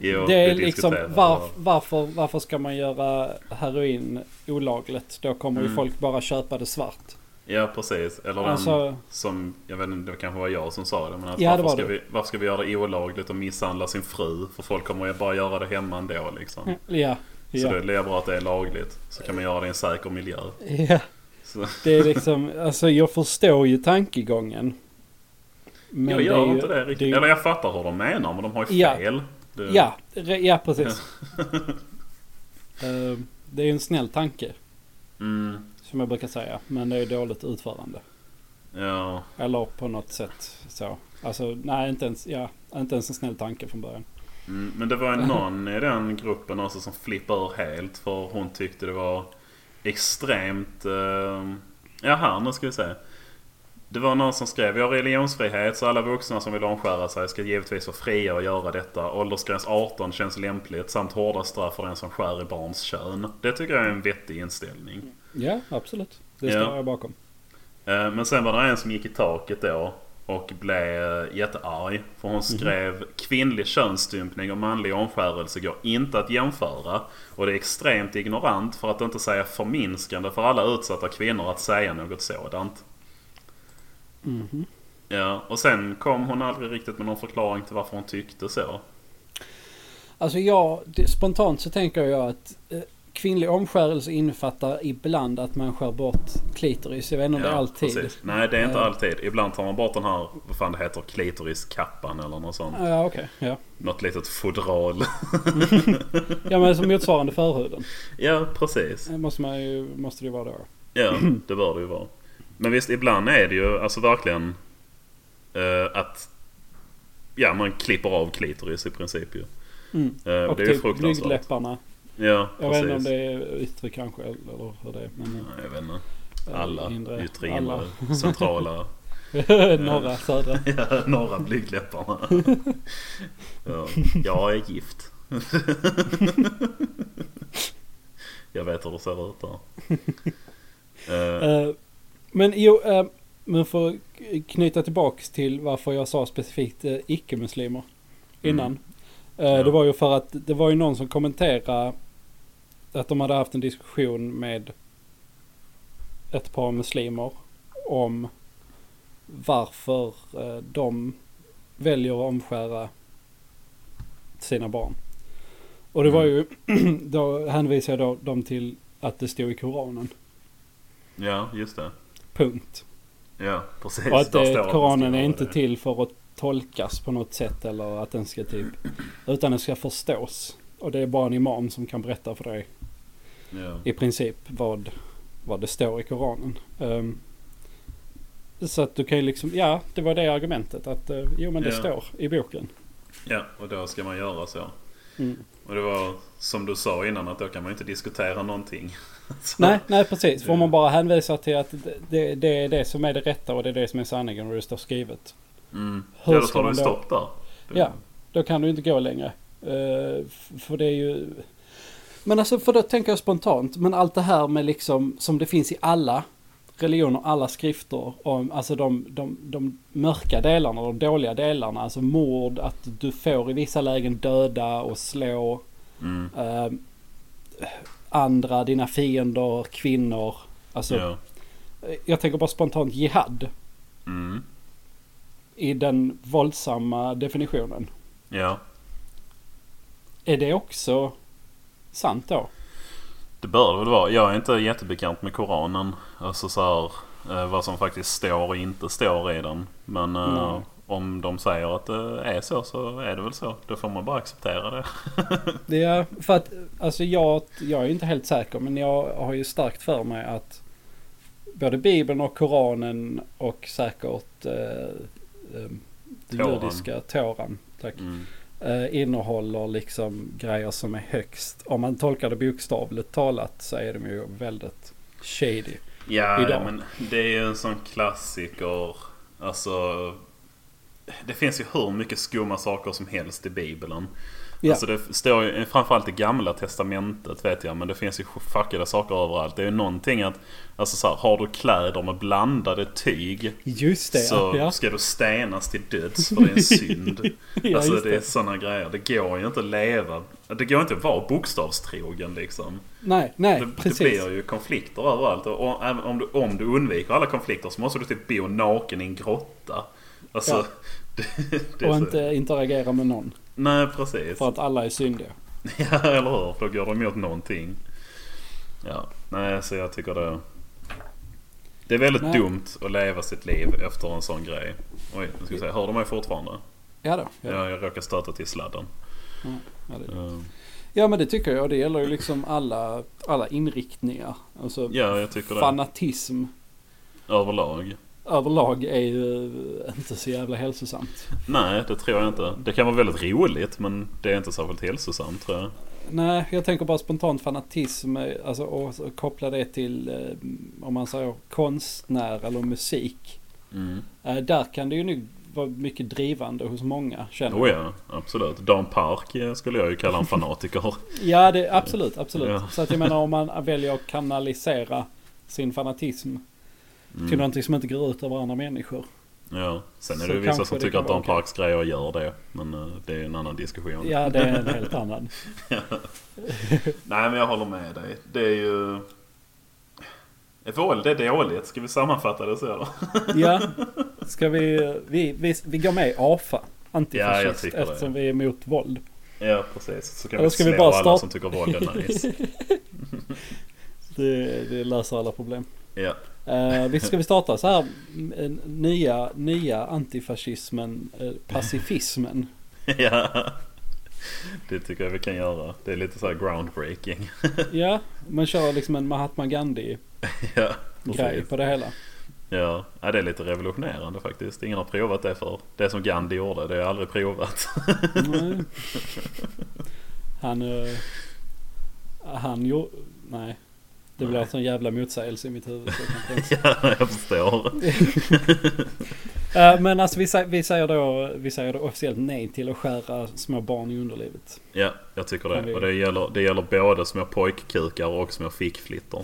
Jo, Det är vi liksom diskuterar. varf, varför, varför ska man göra heroin olagligt? Då kommer Mm. ju folk bara köpa det svart. Ja precis. Eller den Alltså- som, jag vet inte, det kanske var jag som sa det. Men att Ja, det varför, var ska du. vi, varför ska vi göra det olagligt och misshandla sin fru? För folk kommer ju bara göra det hemma ändå liksom. Ja, Så det ja, är lika bra att det är lagligt. Så kan man göra det i en säker miljö. ja. Så, Det är liksom, alltså jag förstår ju tankegången. Men jag gör är ju- inte det riktigt. är ju- Eller jag fattar hur de menar men de har ju Ja. fel. Det, Ja, re, ja precis. Eh, det är ju en snäll tanke. Mm, Som jag brukar säga. Men det är dåligt utförande. ja. Eller på något sätt så. Alltså nej, inte ens, ja, inte ens en snäll tanke från början. Mm, men det var ju någon i den gruppen också som flippade ur helt för hon tyckte det var extremt... Eh, ja här nu ska vi se. Det var någon som skrev Vi har religionsfrihet så alla vuxna som vill omskära sig ska givetvis vara fria att göra detta. Åldersgräns 18 känns lämpligt samt hårda straff för den som skär i barns kön. Det tycker jag är en vettig inställning. Ja, absolut. Det Ja. står jag bakom. Eh, Men sen var det en som gick i taket då och blev eh, jättearg. För Mhm. hon skrev kvinnlig könsstympning och manlig omskärelse går inte att jämföra. Och det är extremt ignorant för att inte säga förminskande för alla utsatta kvinnor att säga något sådant. Mhm. Ja, och sen kom hon aldrig riktigt med någon förklaring till varför hon tyckte så. Alltså jag, det, spontant så tänker jag att eh, kvinnlig omskärelse innefattar ibland att man skär bort klitoris. Jag vet inte om det är alltid. precis. Nej, det är inte Eh. alltid. Ibland tar man bort den här, vad fan det heter, klitoriskappan eller något sånt. Ja, okej. Ja. Något litet fodral. ja, men som motsvarande förhuden. ja, precis. Eh, Måste, man ju, måste det ju vara då. Mm. Ja, det bör det ju vara. Men visst, ibland är det ju alltså verkligen eh, att ja, man klipper av klitoris i princip ju. Mm. Eh, Och det är ju typ fruktansvärt. blygdläpparna. Ja, Jag precis. vet inte om det är yttre kanske eller eller hur det är. Men, eh, Nej, jag vet inte. eller Alla inre. yttre, Alla. inre, centrala, Norra, södra. ja, norra blygdläpparna. ja, jag är gift. jag vet hur det ser ut där. Eh, Eh, Men jo, eh, men för att knyta tillbaks till varför jag sa specifikt eh, icke-muslimer innan. Eh, Ja. Det var ju för att det var ju någon som kommenterade att de hade haft en diskussion med ett par muslimer om varför eh, de väljer att omskära sina barn. Och det var ju, då hänvisade jag då dem till att det stod i Koranen. ja, just det. Punkt. Ja, precis. Och att Där det, står man Koranen ska är göra inte det. till för att tolkas på något sätt eller att den ska typ... Utan den ska förstås. Och det är bara en imam som kan berätta för dig Ja. i princip vad, vad det står i Koranen. Ehm, så att du kan ju liksom... Ja, det var det argumentet. Att eh, jo men det Ja. står i boken. ja, och då ska man göra så. Mm. Och det var som du sa innan att då kan man ju inte diskutera någonting. Så- Nej, nej precis. För om Ja. man bara hänvisar till att det, det, det är det som är det rätta och det är det som är sanningen och det står skrivet. Mm. Hur ja, då ska tar man du då- stopp där. Ja, då kan du inte gå längre. Eh, f- för det är ju... Men alltså, för då tänker jag spontant, men allt det här med liksom, som det finns i alla religioner, alla skrifter, om, alltså de, de, de mörka delarna, de dåliga delarna, alltså mord, att du får i vissa lägen döda och slå Mm. eh, andra, dina fiender, kvinnor. Alltså, Ja. eh, jag tänker bara spontant jihad Mm. i den våldsamma definitionen. ja, Är det också sant då? det bör det väl vara. Jag är inte jättebekant med Koranen. Alltså så här, eh, vad som faktiskt står och inte står i den. Men eh, Nej. om de säger att det är så så är det väl så. Då får man bara acceptera det. Det är för att alltså jag, jag är ju inte helt säker men jag har ju starkt för mig att både Bibeln och Koranen och säkert eh, eh, det Toran. judiska Toran tack, Mm. eh, innehåller liksom grejer som är högst. Om man tolkar det bokstavligt talat så är de ju väldigt shady. Ja, idag. ja, men det är ju en sån klassiker. Alltså, det finns ju hur mycket skumma saker som helst i Bibeln. Ja. Alltså det står ju framförallt i gamla testamentet vet jag. Men det finns ju fuckade saker överallt. Det är ju någonting att, alltså så här, har du kläder med blandade tyg Just det, så ja. ska du stenas till döds för din synd. Ja, alltså just det det. är sådana grejer. Det går ju inte att leva. Det går inte att vara bokstavstrogen liksom. Nej, nej, Det, det precis. blir ju konflikter överallt. Och och även om du, om du undviker alla konflikter så måste du typ bo naken i en grotta. Alltså, Ja. det, det är och så- inte interagera med någon. Nej, precis. För att alla är syndiga. Ja, eller hur? För då går de emot någonting. Ja, nej, så jag tycker det... Det är väldigt Nej. dumt att leva sitt liv efter en sån grej. Oj, nu ska vi se. Hör du mig fortfarande? Ja då. Ja, Ja, jag råkar stöta till sladden. ja, det- Eh, Ja men det tycker jag. Det gäller ju liksom alla, alla inriktningar. Alltså Ja, jag tycker det. fanatism Överlag. överlag är ju inte så jävla hälsosamt. Nej, det tror jag inte. Det kan vara väldigt roligt, men det är inte särskilt hälsosamt tror jag. Nej, jag tänker bara spontant fanatism. eh, Alltså och, och koppla det till eh, om man säger konstnär eller musik. Mm. Eh, där kan det ju nu vara mycket drivande hos många känner jag. Oh ja, absolut. Dan Park eh, skulle jag ju kalla en fanatiker. Ja, det, absolut, absolut. Ja. Så att jag menar om man väljer att kanalisera sin fanatism till Mm. någonting som inte går ut över andra människor. Ja. Sen är Så det ju vissa kanske som det tycker kan att vara Dan okej. Parks grejer gör det. Men eh, det är en annan diskussion. Ja, det är en helt annan. Nej, men jag håller med dig. Det är ju... Våld är dåligt. Ska vi sammanfatta det så? Eller? Ja, ska vi, vi, vi, vi går med i AFA, Ja, jag antifascist, tycker det. eftersom vi är emot våld. Ja, precis. Så kan Eller vi ska ska vi slå bara alla starta- som tycker vodka är nice. Det, det löser alla problem. Ja. Eh, visst ska vi starta så här m- en- nya, nya antifascismen, eh, pacifismen. ja. Det tycker jag vi kan göra. Det är lite så här groundbreaking. Ja, man kör liksom en Mahatma Gandhi-grej ja, precis. på det hela. Ja. ja, det är lite revolutionerande faktiskt. Ingen har provat det för Det som Gandhi gjorde, det har jag aldrig provat. Nej. Han... eh, han gjorde... Nej. Det blir Nej. alltså en jävla motsägelse i mitt huvud. Så jag kan inte ens- ja, jag förstår. Eh, Men alltså vi, sä- vi, säger då, vi säger då officiellt nej till att skära små barn i underlivet. Ja, jag tycker Kan vi- det. Och det gäller, det gäller både små pojkkukar och små fickflitter.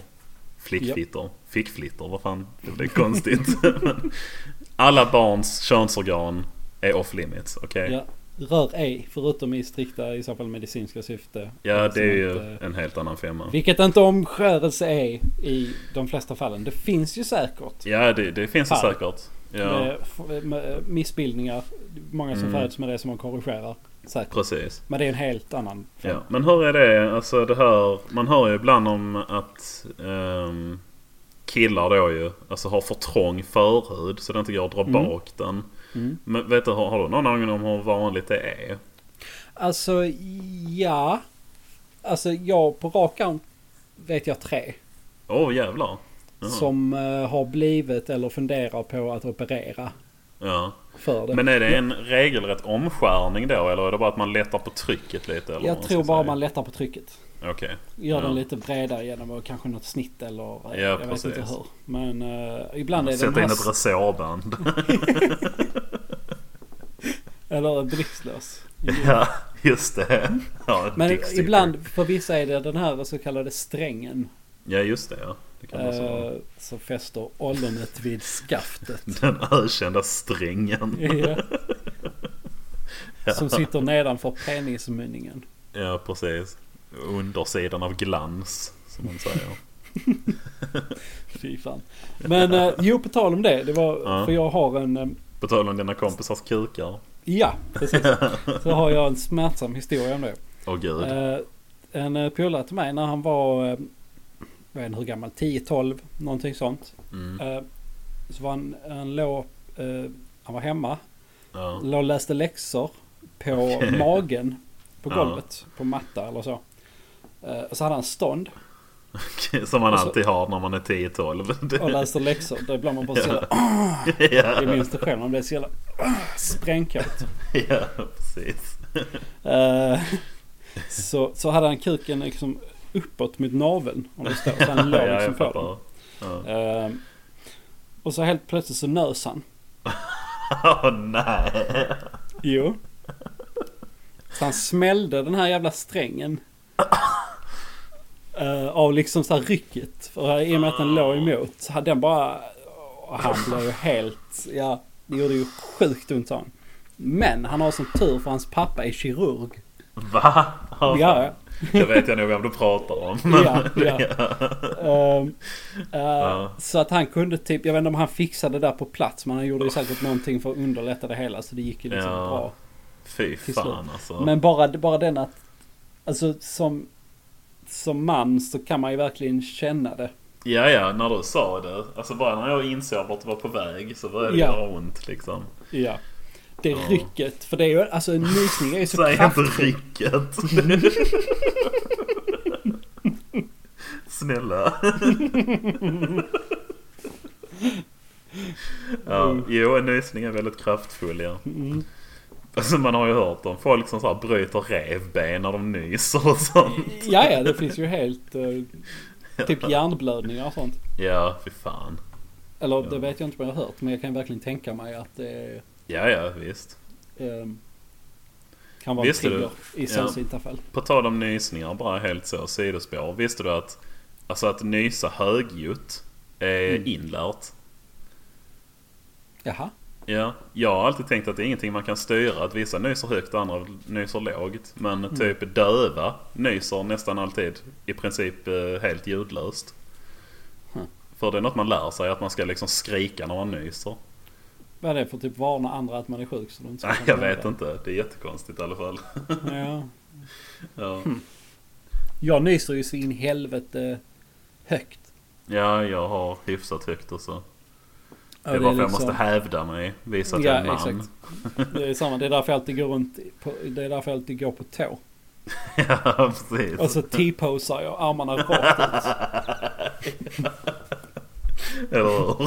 Flickflitter? Fickflitter? Vad fan? Det blev konstigt. Men Alla barns könsorgan är off limits, okej? Ja. Rör ej, förutom i strikta i så fall medicinska syfte. Ja, det är Som ju inte- en helt annan femma. Vilket inte omskärelse är i de flesta fallen. Det finns ju säkert. Ja, det, det finns det Fall. säkert. Ja, eh, f- med Missbildningar. Många som Mm. föds med det som man korrigerar. Säkert. precis. Men det är en helt annan. Ja. Men hur är det? Alltså det här, man hör ju ibland om att ehm, killar då ju alltså har för trång förhud så det inte går att dra Mm. bak den. Mm. Men vet du, har, har du någon aning om hur vanligt det är? Alltså, ja. Alltså, jag på rak arm vet jag tre. Åh oh, jävlar! Jaha. Som eh, har blivit eller funderar på att operera Ja. för det. Men är det en regelrätt omskärning då eller är det bara att man lättar på trycket lite? Eller vad jag man tror ska bara säga? man lättar på trycket. Okej. Gör Ja. den lite bredare genom att kanske något snitt eller eh, Ja, jag precis. vet inte hur. Men eh, ibland är det de Sätta in här, ett resårband. eller blixtlås. ja, just det. Ja, Men dickstyper. ibland, för vissa är det den här så kallade strängen. Ja, just det ja. Det kan vara så. Eh, som fäster ollonet vid skaftet. Den ökända strängen. Ja. Som sitter nedanför penismynningen. Ja, precis. Undersidan av glans, som man säger. Fy fan. Men eh, jo, på tal om det. Det var Ja. för jag har en... eh, På tal om dina kompisars kukar. ja, precis. Så har jag en smärtsam historia om det. Åh gud. Eh, en eh, polare till mig när han var... eh, Jag vet inte hur gammal. 10-12. Någonting sånt. Mm, Eh, så var han, han låg... Eh, han var hemma. ja. Låg och läste läxor på magen. På Ja. golvet. På matta eller så. Eh, och så hade han stånd. Som man och så- alltid har när man är 10-12. och läser läxor. Då blir man bara så jävla... ja, Jag minns det själv. Man blev så jävla sprängkåt. ja, precis. Eh, så, så hade han kuken liksom uppåt mot naveln. Om det står. Så han låg liksom på den. Ja. Eh, och så helt plötsligt så nös han. Åh nej. Jo. Så han smällde den här jävla strängen. eh, av liksom så här rycket. För i och med att den låg emot. Så hade den bara... och Han blev ju helt... Ja, det gjorde ju sjukt ont sa han. Men han har som tur för hans pappa är kirurg. Va? Åh, fan. Ja, Det vet jag nog vem du pratar om. Men, ja, ja. Ehm, eh, Ja. Så att han kunde typ, jag vet inte om han fixade det där på plats men han gjorde ju säkert någonting för att underlätta det hela så det gick ju liksom Ja. bra. Fy Till fan alltså. Men bara, bara den att, alltså som, som man så kan man ju verkligen känna det. Ja, ja, när du sa det. Alltså bara när jag insåg vart du var på väg så började det Ja. göra ont liksom. Ja. Det Ja. rycket, för det är ju, alltså en nysning är ju så Säg inte kraftfull. rycket. Snälla. ja, jo, en nysning är väldigt kraftfull ja. Mm. Alltså, man har ju hört om folk som så här bryter revben när de nyser och sånt. Ja, ja, det finns ju helt, eh, typ hjärnblödningar och sånt. Ja, fy fan. Eller det Ja. vet jag inte om jag har hört, men jag kan verkligen tänka mig att det är Ja, ja, visst. Ehm, kan vara Visste en du? trigger i sällsynta fall. På tal om nysningar, bara helt så sidospår. Visste du att, alltså att nysa högljutt är Mm. inlärt? Jaha. Ja, jag har alltid tänkt att det är ingenting man kan styra. Att vissa nyser högt och andra nyser lågt. Men Mm. typ döva nyser nästan alltid i princip eh, helt ljudlöst. Huh. För det är något man lär sig, att man ska liksom skrika när man nyser. Vad är det för typ varna andra att man är sjuk? Så de inte ska Nej, kunna jag göra vet det? inte. Det är jättekonstigt i alla fall. Ja. Ja, Hm. Jag nyser ju så in i helvete högt. ja jag har hyfsat högt också. Det Och är varför jag liksom- måste hävda mig. Visa att Ja, jag är man. exakt. Det är samma. Det är därför jag alltid går runt. På, det är därför jag alltid går på tå. ja, precis. Och så T-posar jag armarna rakt ut. Eller hur? Och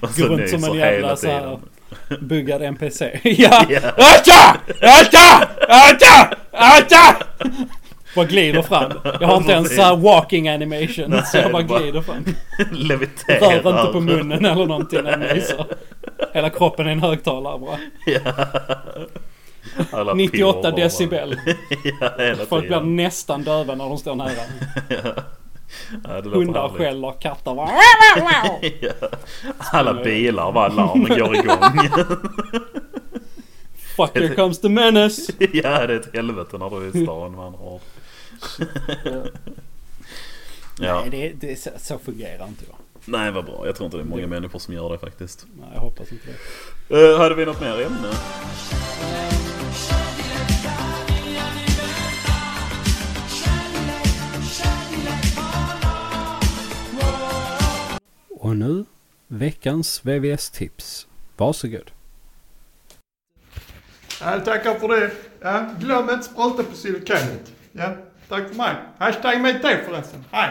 Går så runt som nyser en jävla hela så här tiden. buggad NPC. Ja! Ja. Acha! Acha! Acha! Acha! Bara glider fram. Jag har inte ens så här walking animation. Nej, så jag bara det är bara- glider fram. Leviterar. Rör inte på munnen eller någonting när jag nyser. Hela kroppen är en högtalare bara. Alltså, Alla 98 pirrar bara. decibel. ja, hela Folk blir tiden. nästan döva när de står nära. Ja, det låter Hundar härligt. skäller, katter bara... "Ah, Ja. Alla bilar bara larmen går igång. Fuck here comes the menace! ja, det är ett helvete när du är i stan man har. Ja. Nej, det, det, så, så fungerar inte jag. Nej, vad bra. Jag tror inte det är många människor som gör det faktiskt. Nej, jag hoppas inte det. Uh, hade vi något mer ämne? Och nu, veckans VVS-tips. Varsågod. Ja, tackar för det. Ja, glöm inte spruta på silikanet. Ja, tack för mig. Hashtag mig till förresten. Hej!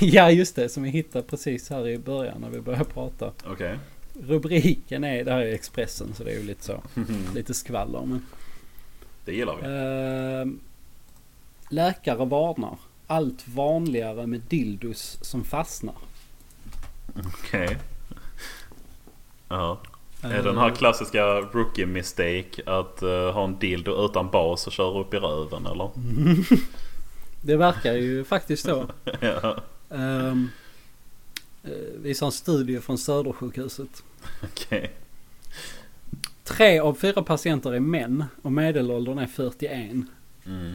ja, just det. Som vi hittade precis här i början när vi började prata. Okej. Rubriken är, det här är Expressen så det är ju lite så. lite skvaller. Men, Det gillar vi. Ehm, läkare varnar. Allt vanligare med dildos som fastnar. Okej. Ja. Är den Eh. här klassiska rookie mistake att eh, ha en dildo utan bas och köra upp i röven eller? Mm. Det verkar ju faktiskt så. ja. Um, visar en studie från Södersjukhuset. Okej. Tre av fyra patienter är män och medelåldern är 41. Mm.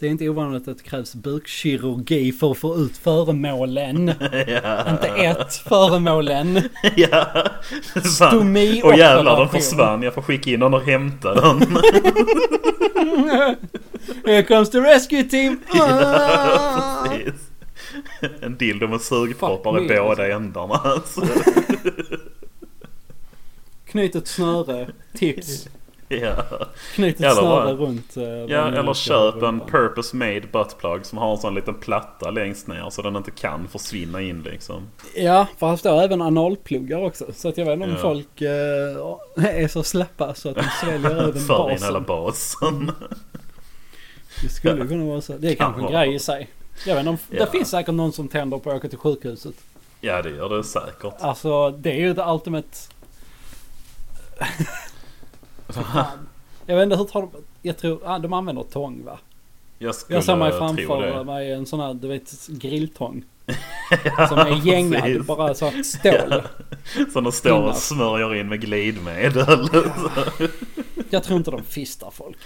Det är inte ovanligt att det krävs bukkirurgi för att få ut föremålen. ja. inte ett, föremålen. ja. Det är sant. Stomi Och jävlar den operation. försvann. Jag får skicka in den och hämta den. Here comes the rescue team! Ja, precis. en dildo med Fuck sugproppar i me, alltså. båda ändarna. Alltså. Knyt ett snöre, tips. Ja. Knyt ett Jävlar, snöre vad- runt... eh, vad ja, ni eller ska ha köp i en rumpan. purpose made buttplug som har en sån liten platta längst ner så den inte kan försvinna in liksom. Ja, för han står även analpluggar också. Så att jag vet inte om Ja. folk eh, är så slappa så att de sväljer över den För in hela basen. basen. Det skulle kunna vara så. Det är kanske en Ja. grej i sig. Jag vet inte, om, Ja. det finns säkert någon som tänder på att åka till sjukhuset. ja, det gör det säkert. Alltså det är ju the ultimate... Alltså, Fy fan. jag vet inte hur tar de... Jag tror... Ah, de använder tång va? Jag skulle Jag såg mig tro framför det. mig en sån här, du vet, grilltång. som är gängad, precis. bara så här stål. Så de står och Pinnar. smörjer in med glidmedel. Jag tror inte de fistar folk.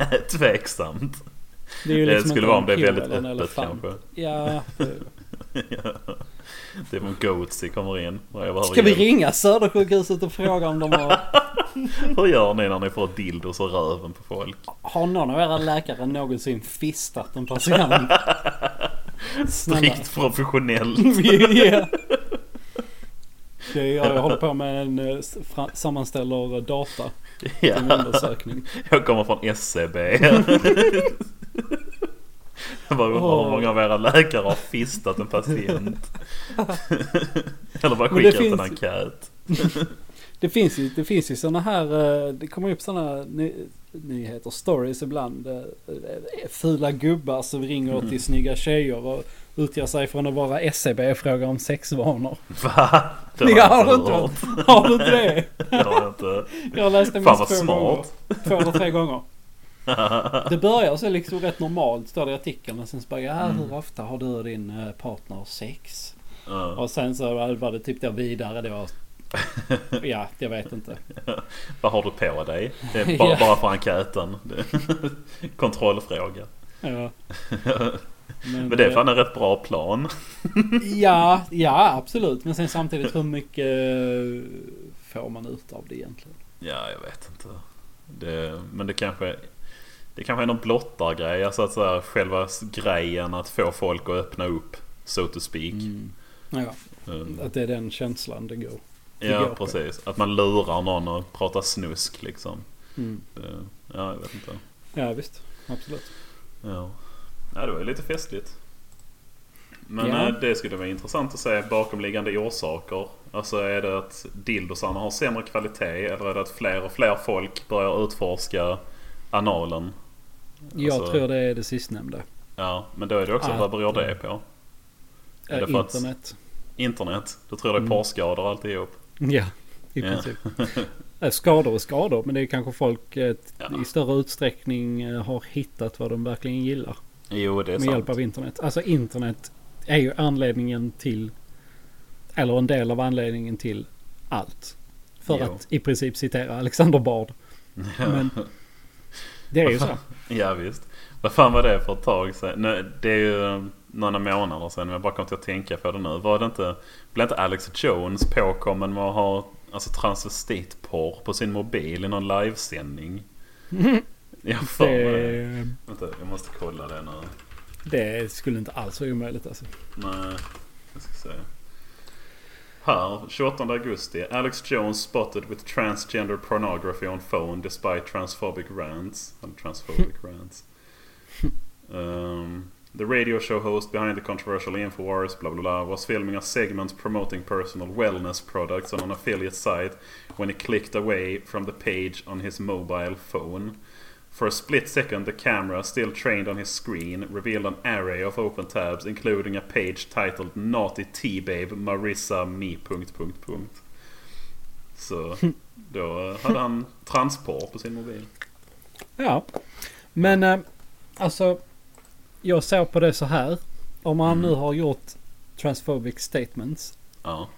alltså. Tveksamt. Det, är ju Det liksom Eh, inte skulle vara en om det är ko väldigt eller en öppet elefant. kanske. Ja. Ja. Det är om Goatsy kommer in. Och jag behöver Ska vi hjälp. ringa Södersjukhuset och fråga om de har... Hur gör ni när ni får dildos och röven på folk? Har någon av era läkare någonsin fistat en patient? Snälla. Strikt professionellt. Ja. Det är jag, jag håller på med en eh, s- fra- sammanställer eh, data till en Ja. undersökning. Jag kommer från E SCB. Bara undrar hur Åh. många av era läkare har fistat en patient? Eller bara Men det skickat ut en finns- enkät? Det finns ju, det finns ju sådana här, eh, det kommer upp sådana ny, nyheter, stories ibland. eh, eh, Fula gubbar som ringer Mm. till snygga tjejer och utger sig från att vara SCB och frågar om sexvanor. Va? Det Det har du jag inte. hört. hört. Har du inte det? Det har jag inte. Jag har läst det Fan, minst två vad gånger. smart. Två eller tre gånger. Det börjar så liksom rätt normalt står det i artikeln. Och sen så bara, ja Mm. hur ofta har du och din eh, partner sex? Ja. Och sen så var det typ där vidare då. Ja, jag vet inte. Vad har du på dig? Det är bara, Ja. bara för enkäten. Kontrollfråga. Ja. Men det är fan en rätt bra plan. eh, Ja, ja absolut. Men sen samtidigt hur mycket eh, får man ut av det egentligen? Ja, jag vet inte. Det, men det kanske... Det kanske är någon blottargrej. Alltså att så här, själva s- grejen att få folk att öppna upp. So to speak. Ja, Eh, Mm. att det är den känslan det går. det går ja, på. precis. Att man lurar någon och pratar snusk liksom. Mm. Det, ja, jag vet inte. Ja visst, absolut. Ja. ja, det var ju lite festligt. Men Ja. eh, det skulle vara intressant att se bakomliggande orsaker. Alltså är det att dildosarna har sämre kvalitet eller är det att fler och fler folk börjar utforska analen? Jag Alltså- tror det är det sistnämnda. Ja, men då är det också Ah. vad beror det på? Eh, Är det för att- Internet. Internet? Då tror jag det är Mm. porskador alltihop. Ja, i Ja. princip. Eh, skador och skador, men det är kanske folk eh, t- Ja. i större utsträckning eh, har hittat vad de verkligen gillar. Jo, det är Med sant. hjälp av internet. Alltså internet är ju anledningen till, eller en del av anledningen till allt. För Jo. att i princip citera Alexander Bard. Men det är ju så. Ja visst. Vad fan var det för ett tag sedan? Nu, det är ju eh, några månader sedan men jag bara kom till att tänka på det nu. Var det inte, blev inte Alex Jones påkommen med att ha alltså, transvestitporr på sin mobil i någon livesändning? Jag har för mig det... Det, Vänta, jag måste kolla det nu. det skulle inte alls vara omöjligt alltså. Nej, jag ska se. Här, 28 augusti. Alex Jones spotted with transgender pornography on phone despite transphobic rants. Eller transphobic rants. Um, the radio show host behind the controversial Infowars, blah blah blah, was filming a segment promoting personal wellness products on an affiliate site when he clicked away from the page on his mobile phone. For a split second, the camera, still trained on his screen, revealed an array of open tabs, including a page titled Naughty T-Babe Marissa Me... Punkt, punkt, punkt. Så då hade han transport på sin mobil. Ja. Men eh, alltså. Jag ser på det så här. Om han Mm. nu har gjort transphobic statements. Ja,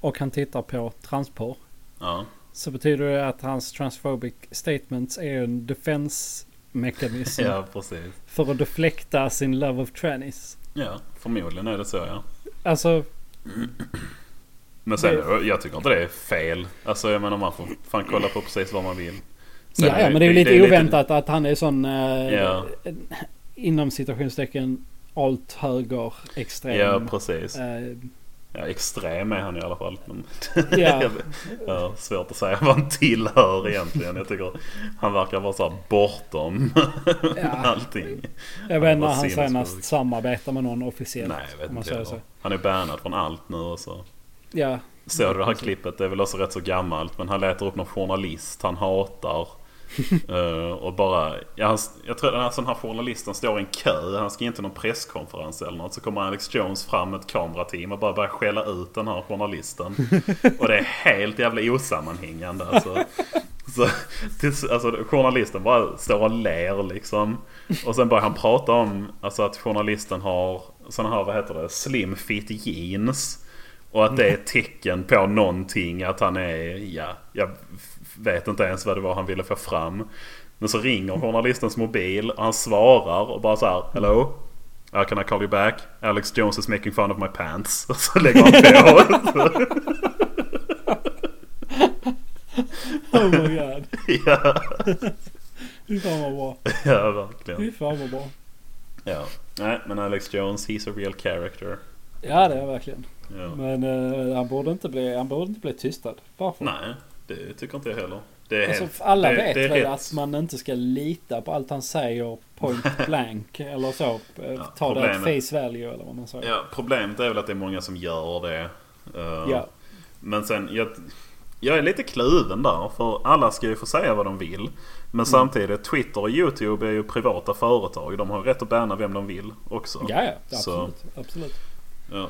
Och han tittar på transporr. ja, Så betyder det att hans transphobic statements är en defense mekanism. ja precis. För att deflekta sin love of trannies. Ja, förmodligen är det så ja. Alltså, Men sen, jag tycker inte det är fel. Alltså jag menar man får fan kolla på precis vad man vill. Sen ja, ja men det är ju lite oväntat att han är sån eh, Ja. eh, inom citationstecken alt höger extrem. Ja, precis. Eh, Ja, extrem är han i alla fall. Men Ja. ja, svårt att säga vad han tillhör egentligen. Jag tycker han verkar vara så här bortom ja. allting. Jag vet inte var när han sinnessjuk. senast samarbetar med någon officiellt. Nej, jag vet om man inte. säger jag. så. Han är bannad från allt nu. Och så. Ja, Såg du det här klippet? Det är väl också rätt så gammalt. Men han letar upp någon journalist han hatar. Eh, och bara, ja, han, jag tror att alltså, den här journalisten står i en kö. Han ska in till någon presskonferens eller något. Så kommer Alex Jones fram med ett kamerateam och bara börjar skälla ut den här journalisten. Och det är helt jävla osammanhängande alltså. Så, tills, alltså journalisten bara står och ler liksom. Och sen börjar han prata om alltså, att journalisten har sådana här, vad heter det, slim fit jeans. Och att det är ett tecken på någonting att han är, ja, jag f- vet inte ens vad det var han ville få fram. Men så ringer journalistens mobil och han svarar och bara så här, hello? Uh, can I call you back? Alex Jones is making fun of my pants. Och så lägger han på. oh my god. ja, Fy fan vad bra. ja, verkligen. Fy fan vad bra. Ja. Nej, men Alex Jones, he's a real character. Ja det är jag verkligen. Ja. Men eh, han, borde inte bli, han borde inte bli tystad. Varför? Nej, det tycker inte jag heller. Det är Alltså, helt- alla det, vet det är väl rätt. att man inte ska lita på allt han säger point blank eller så. Eh, Ja, Ta det problemet- at face value eller vad man säger. Ja, problemet är väl att det är många som gör det. Eh, Ja. Men sen, jag, jag är lite kluven där. För alla ska ju få säga vad de vill. Men Mm. samtidigt, Twitter och YouTube är ju privata företag. De har rätt att banna vem de vill också. Ja, ja Så. absolut. absolut. Ja.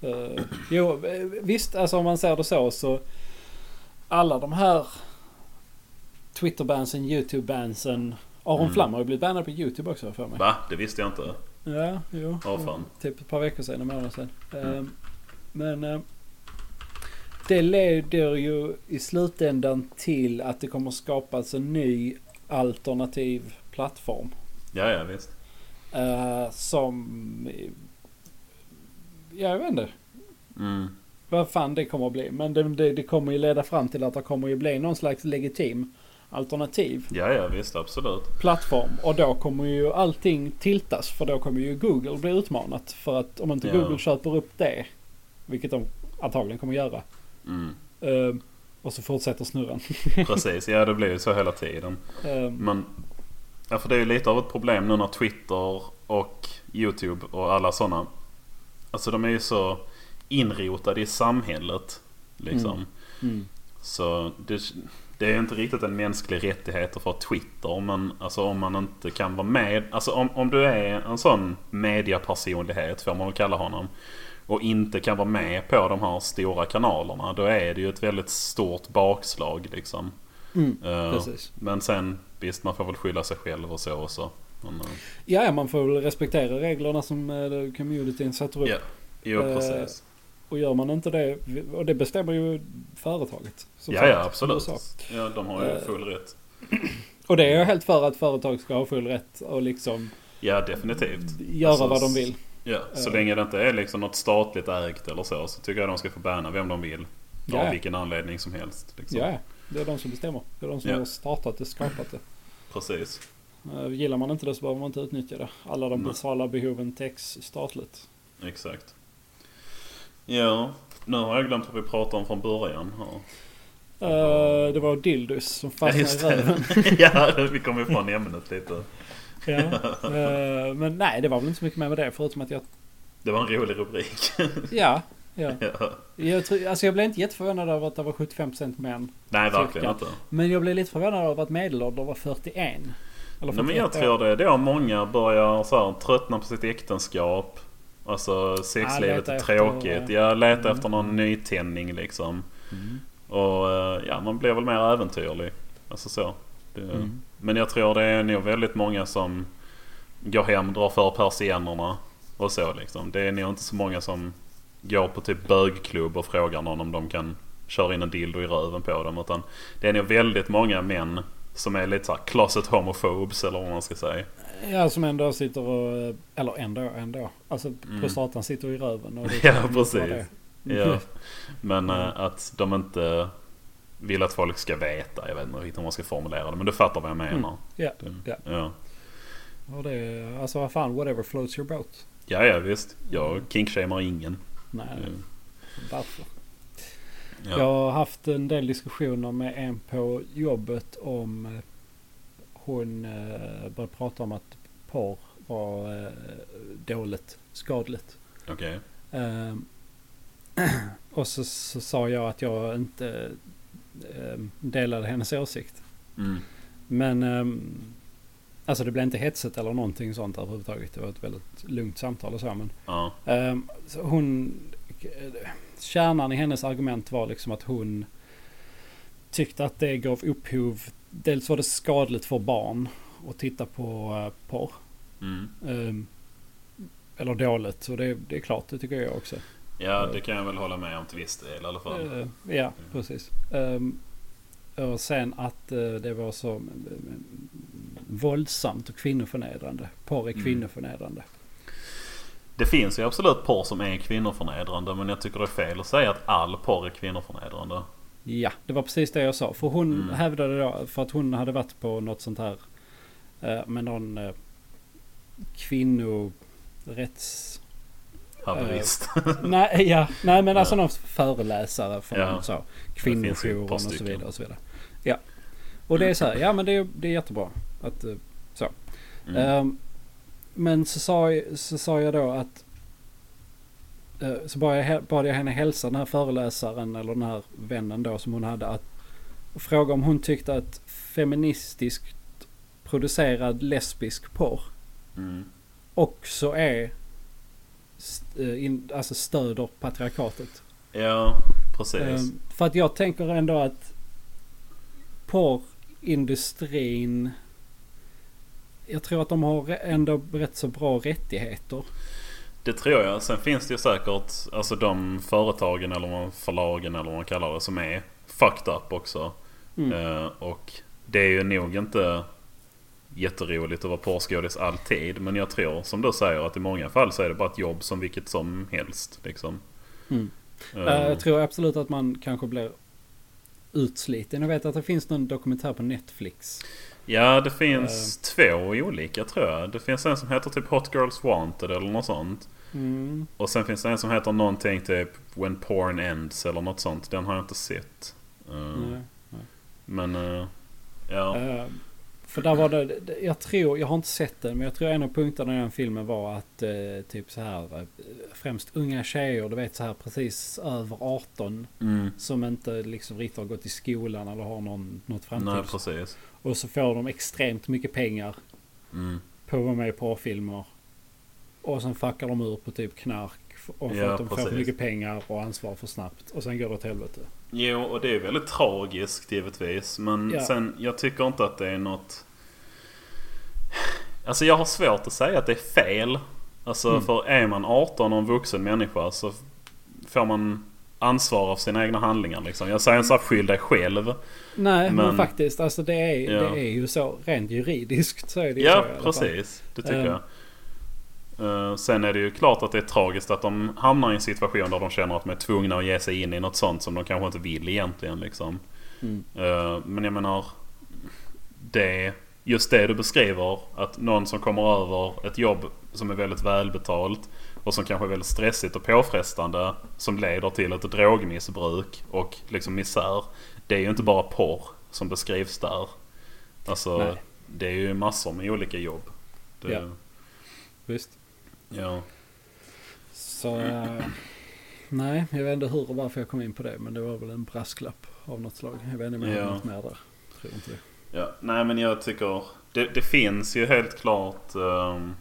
Eh, jo, eh, visst, alltså om man ser det så så alla de här Twitter-bansen, YouTube-bansen. Aron Mm. Flam har ju blivit bannad på YouTube också för mig. Va? Det visste jag inte. Ja, jo. Åh, fan. Typ ett par veckor sedan, en månad sedan. Mm. Ehm, Men eh, det leder ju i slutändan till att det kommer skapas en ny alternativ plattform. Ja, ja visst. Eh, som... Ja, jag vet inte Mm. vad fan det kommer att bli. Men det, det, det kommer ju leda fram till att det kommer ju bli någon slags legitim alternativ Ja, ja visst absolut. plattform. Och då kommer ju allting tiltas. För då kommer ju Google bli utmanat. För att om inte Ja. Google köper upp det, vilket de antagligen kommer göra. Mm. eh, och så fortsätter snurren. Precis, ja det blir ju så hela tiden. Eh, Men ja, för det är ju lite av ett problem nu när Twitter och YouTube och alla sådana. Alltså de är ju så inrotade i samhället. Liksom. mm. Så det, det är inte riktigt en mänsklig rättighet att få Twitter. Men alltså om man inte kan vara med. Alltså om, om du är en sån mediapersonlighet får man väl kalla honom. Och inte kan vara med på de här stora kanalerna. Då är det ju ett väldigt stort bakslag liksom. Mm, Eh, precis. Men sen visst man får väl skylla sig själv och så och så. Men, eh, Ja, ja, man får väl respektera reglerna som eh, communityn sätter upp. ja. Jo Eh, precis. Och gör man inte det, och det bestämmer ju företaget. som ja sagt, ja som du absolut. sa. Ja, de har ju Eh, full rätt. Och det är jag helt för att företag ska ha full rätt och liksom Ja definitivt. göra Alltså, vad de vill. Ja, så Eh. länge det inte är liksom något statligt ägt eller så, så tycker jag de ska få banna vem de vill. Ja. Av vilken anledning som helst. Liksom. Ja, ja. det är de som bestämmer. Det är de som Ja. har startat det, skapat det. Precis. Eh, Gillar man inte det så behöver man inte utnyttja det. Alla de Nej. basala behoven täcks statligt. Exakt. Ja, nu har jag glömt vad vi pratade om från början. här. Eh, det var dildos som Mm. ja, just fastnade i röven. det. ja, vi kom ifrån ämnet lite. Ja. Eh, men nej, det var väl inte så mycket mer med det förutom att jag... Det var en rolig rubrik. Ja. ja. ja. Jag, tror, alltså jag blev inte jätteförvånad över att det var 75% män. Nej, verkligen Cirka. inte. Men jag blev lite förvånad över att medelålder var 41. Eller Nej, men 41 år. jag tror det är då många börjar så här, tröttna på sitt äktenskap. Alltså sexlivet leta är efter- eh, mm. tråkigt. Jag letar efter någon nytändning liksom. Och eh, ja, man blir väl mer äventyrlig. Alltså så. Det, Mm. Men jag tror det är nog väldigt många som går hem, drar för persiennerna och så liksom. Det är nog inte så många som går på typ bögklubb och frågar någon om de kan köra in en dildo i röven på dem. Utan det är nog väldigt många män som är lite såhär closet homophobes eller vad man ska säga. Ja, som ändå sitter och... Eller ändå, ändå. Alltså prostatan sitter i röven. Och det Mm. Ja, kan precis. vara det. Ja. Men eh, att de inte vill att folk ska veta. Jag vet inte riktigt hur man ska formulera det men du fattar vad jag menar. Mm. Ja, Det- ja. Ja. Och det, alltså vad fan, whatever floats your boat. Ja, ja visst. Jag kinkshamar ingen. Nej, Mm. varför? Ja. Jag har haft en del diskussioner med en på jobbet om eh, hon eh, började prata om att porr var eh, dåligt, skadligt. Okej. Ehm, och så, så sa jag att jag inte ehm, delade hennes åsikt. Mm. Men ehm, alltså det blev inte hetsigt eller någonting sånt överhuvudtaget. Det var ett väldigt lugnt samtal och så. Men, Ja. ehm, så hon, kärnan i hennes argument var liksom att hon tyckte att det gav upphov. Dels var det skadligt för barn att titta på eh, porr. Mm. Ehm, eller dåligt. Så det, det är klart, det tycker jag också. Ja, det kan jag väl hålla med om till viss del i alla fall. Eh, ja, precis. Ehm, och sen att eh, det var så eh, våldsamt och kvinnoförnedrande. Porr är Mm. kvinnoförnedrande. Det finns ju absolut porr som är kvinnoförnedrande men jag tycker det är fel att säga att all porr är kvinnoförnedrande. Ja, det var precis det jag sa. För hon Mm. hävdade då, för att hon hade varit på något sånt här eh, med någon eh, kvinnorätts... Haverist. nej, ja, nej, men alltså Ja. någon föreläsare från Ja. så, finns ju ett kvinnojouren par och så stycken. vidare. Och så vidare. Ja. Och det är så här, ja men det är, det är jättebra att eh, Mm. Ehm, men så sa, jag- så sa jag då att eh, så bad jag, he- bad jag henne hälsa den här föreläsaren eller den här vännen då som hon hade att fråga om hon tyckte att feministiskt producerad lesbisk porr Mm. också är st- eh, in, alltså stöder patriarkatet. Ja, precis. Ehm, för att jag tänker ändå att porrindustrin jag tror att de har re- ändå rätt så bra rättigheter. Det tror jag. Sen finns det ju säkert alltså de företagen eller vad- förlagen eller vad man kallar det som är fucked up också. Mm. Eh, och det är ju nog inte... jätteroligt att vara porrskådis alltid. Men jag tror, som du säger, att i många fall så är det bara ett jobb som vilket som helst. Liksom. Mm. Eh, Eh, Jag tror absolut att man kanske blir utsliten. Jag vet att det finns någon dokumentär på Netflix. Ja, det finns två olika tror jag. Det finns en som heter typ Hot Girls Wanted eller något sånt. Mm. Och sen finns det en som heter någonting typ When Porn Ends eller något sånt. Den har jag inte sett. Eh, Nej. Men eh, ja. Eh, För där var det, det- jag tror, jag har inte sett den, men jag tror en av punkterna i den filmen var att eh, typ så här, eh, främst unga tjejer, du vet så här precis över 18, Mm. som inte liksom riktigt har gått i skolan eller har någon, något Nej, framtids. precis. Och så får de extremt mycket pengar Mm. på att vara med i porrfilmer. Och sen fuckar de ur på typ knark. f- Och för Ja, att de får för precis. mycket pengar och ansvar för snabbt. Och sen går det åt helvete. Jo, och det är väldigt tragiskt givetvis. Men Ja. sen, jag tycker inte att det är något... Alltså jag har svårt att säga att det är fel. Alltså Mm. för är man 18 och en vuxen människa så får man ansvara för sina egna handlingar liksom. Jag säger inte så här, skyll dig själv. Nej men, Men- faktiskt. Alltså det är, Ja. det är ju så. Rent juridiskt så är det ju så i Ja, alla fall. precis. Det Ehm. tycker jag. Eh, sen är det ju klart att det är tragiskt att de hamnar i en situation där de känner att de är tvungna att ge sig in i något sånt som de kanske inte vill egentligen. Liksom. Mm. Eh, men jag menar, det, just det du beskriver, att någon som kommer över ett jobb som är väldigt välbetalt och som kanske är väldigt stressigt och påfrestande som leder till ett drogmissbruk och liksom misär. Det är ju inte bara porr som beskrivs där. Alltså, Nej. det är ju massor med olika jobb. Det, Ja. Visst. ja. Så... eh, nej, jag vet inte hur och varför jag kom in på det. Men det var väl en brasklapp av något slag. Jag vet inte om jag Ja. har något mer där. Tror inte det. Ja, nej men jag tycker... Det, det finns ju helt klart um,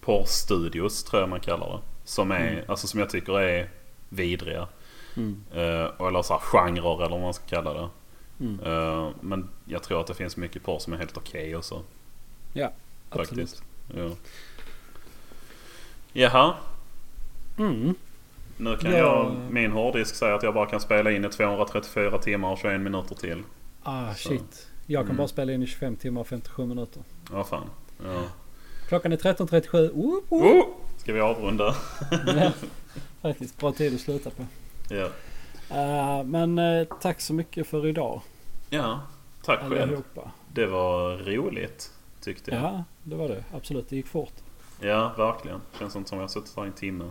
porrstudios, tror jag man kallar det. Som, är, Mm. alltså, som jag tycker är vidriga. Mm. Eh, eller så här, genrer eller vad man ska kalla det. Mm. Eh, men jag tror att det finns mycket porr som är helt okej också. Ja, absolut. Faktiskt. Ja. Jaha, Mm. nu kan Ja. jag, min hårddisk säger att jag bara kan spela in i 234 timmar och 21 minuter till. Ah Så. shit. Jag kan Mm. bara spela in i 25 timmar och 57 minuter. Ja fan. Ja. Klockan är 13.37. Woop, woop. Oh! Ska vi avrunda? Ja, faktiskt. Bra tid att sluta på. Ja. Eh, men eh, tack så mycket för idag ja. Tack själv. allihopa. Det var roligt tyckte jag. Ja, Ja, det var det. Absolut, det gick fort. verkligen. Känns inte som jag har suttit här i en timme.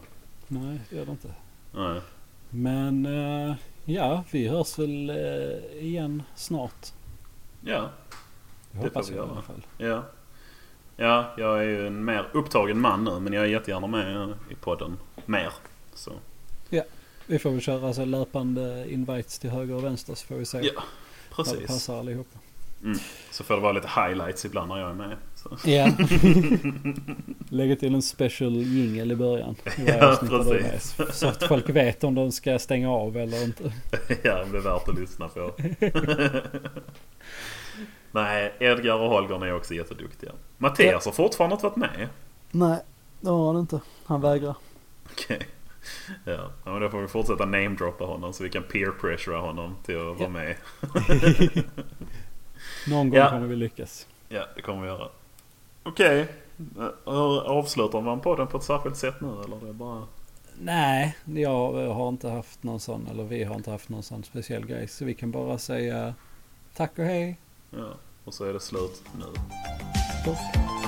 Nej, det gör det inte. Nej. Men eh, ja, vi hörs väl eh, igen snart. Ja, Det får hoppas vi jag i göra. alla fall. ja. Ja, jag är ju en mer upptagen man nu men jag är jättegärna med i podden. Mer. Så. Vi får väl köra alltså, löpande invites till höger och vänster så får vi se Ja, vad det Precis. passar allihopa. Så får det vara lite highlights ibland när jag är med. Så. Ja. Lägga till en special jingle i början. i varje Ja, avsnitt där du är med, precis. Så att folk vet om de ska stänga av eller inte. Ja, det är värt att lyssna på. Nej, Edgar och Holger är också jätteduktiga. Mattias har fortfarande inte varit med. Nej, det har han inte. Han vägrar. Okej. Ja. ja, men då får vi fortsätta namedroppa honom så vi kan peer pressura honom till att Ja. vara med. Någon gång Ja. kommer vi lyckas. Ja, det kommer vi göra. Okej. Hur Avslutar man podden på ett särskilt sätt nu eller? Det är bara... Nej, jag har inte haft någon sån, eller vi har inte haft någon sån speciell grej. Så vi kan bara säga tack och hej. Ja. Och så är det slut nu. Stopp.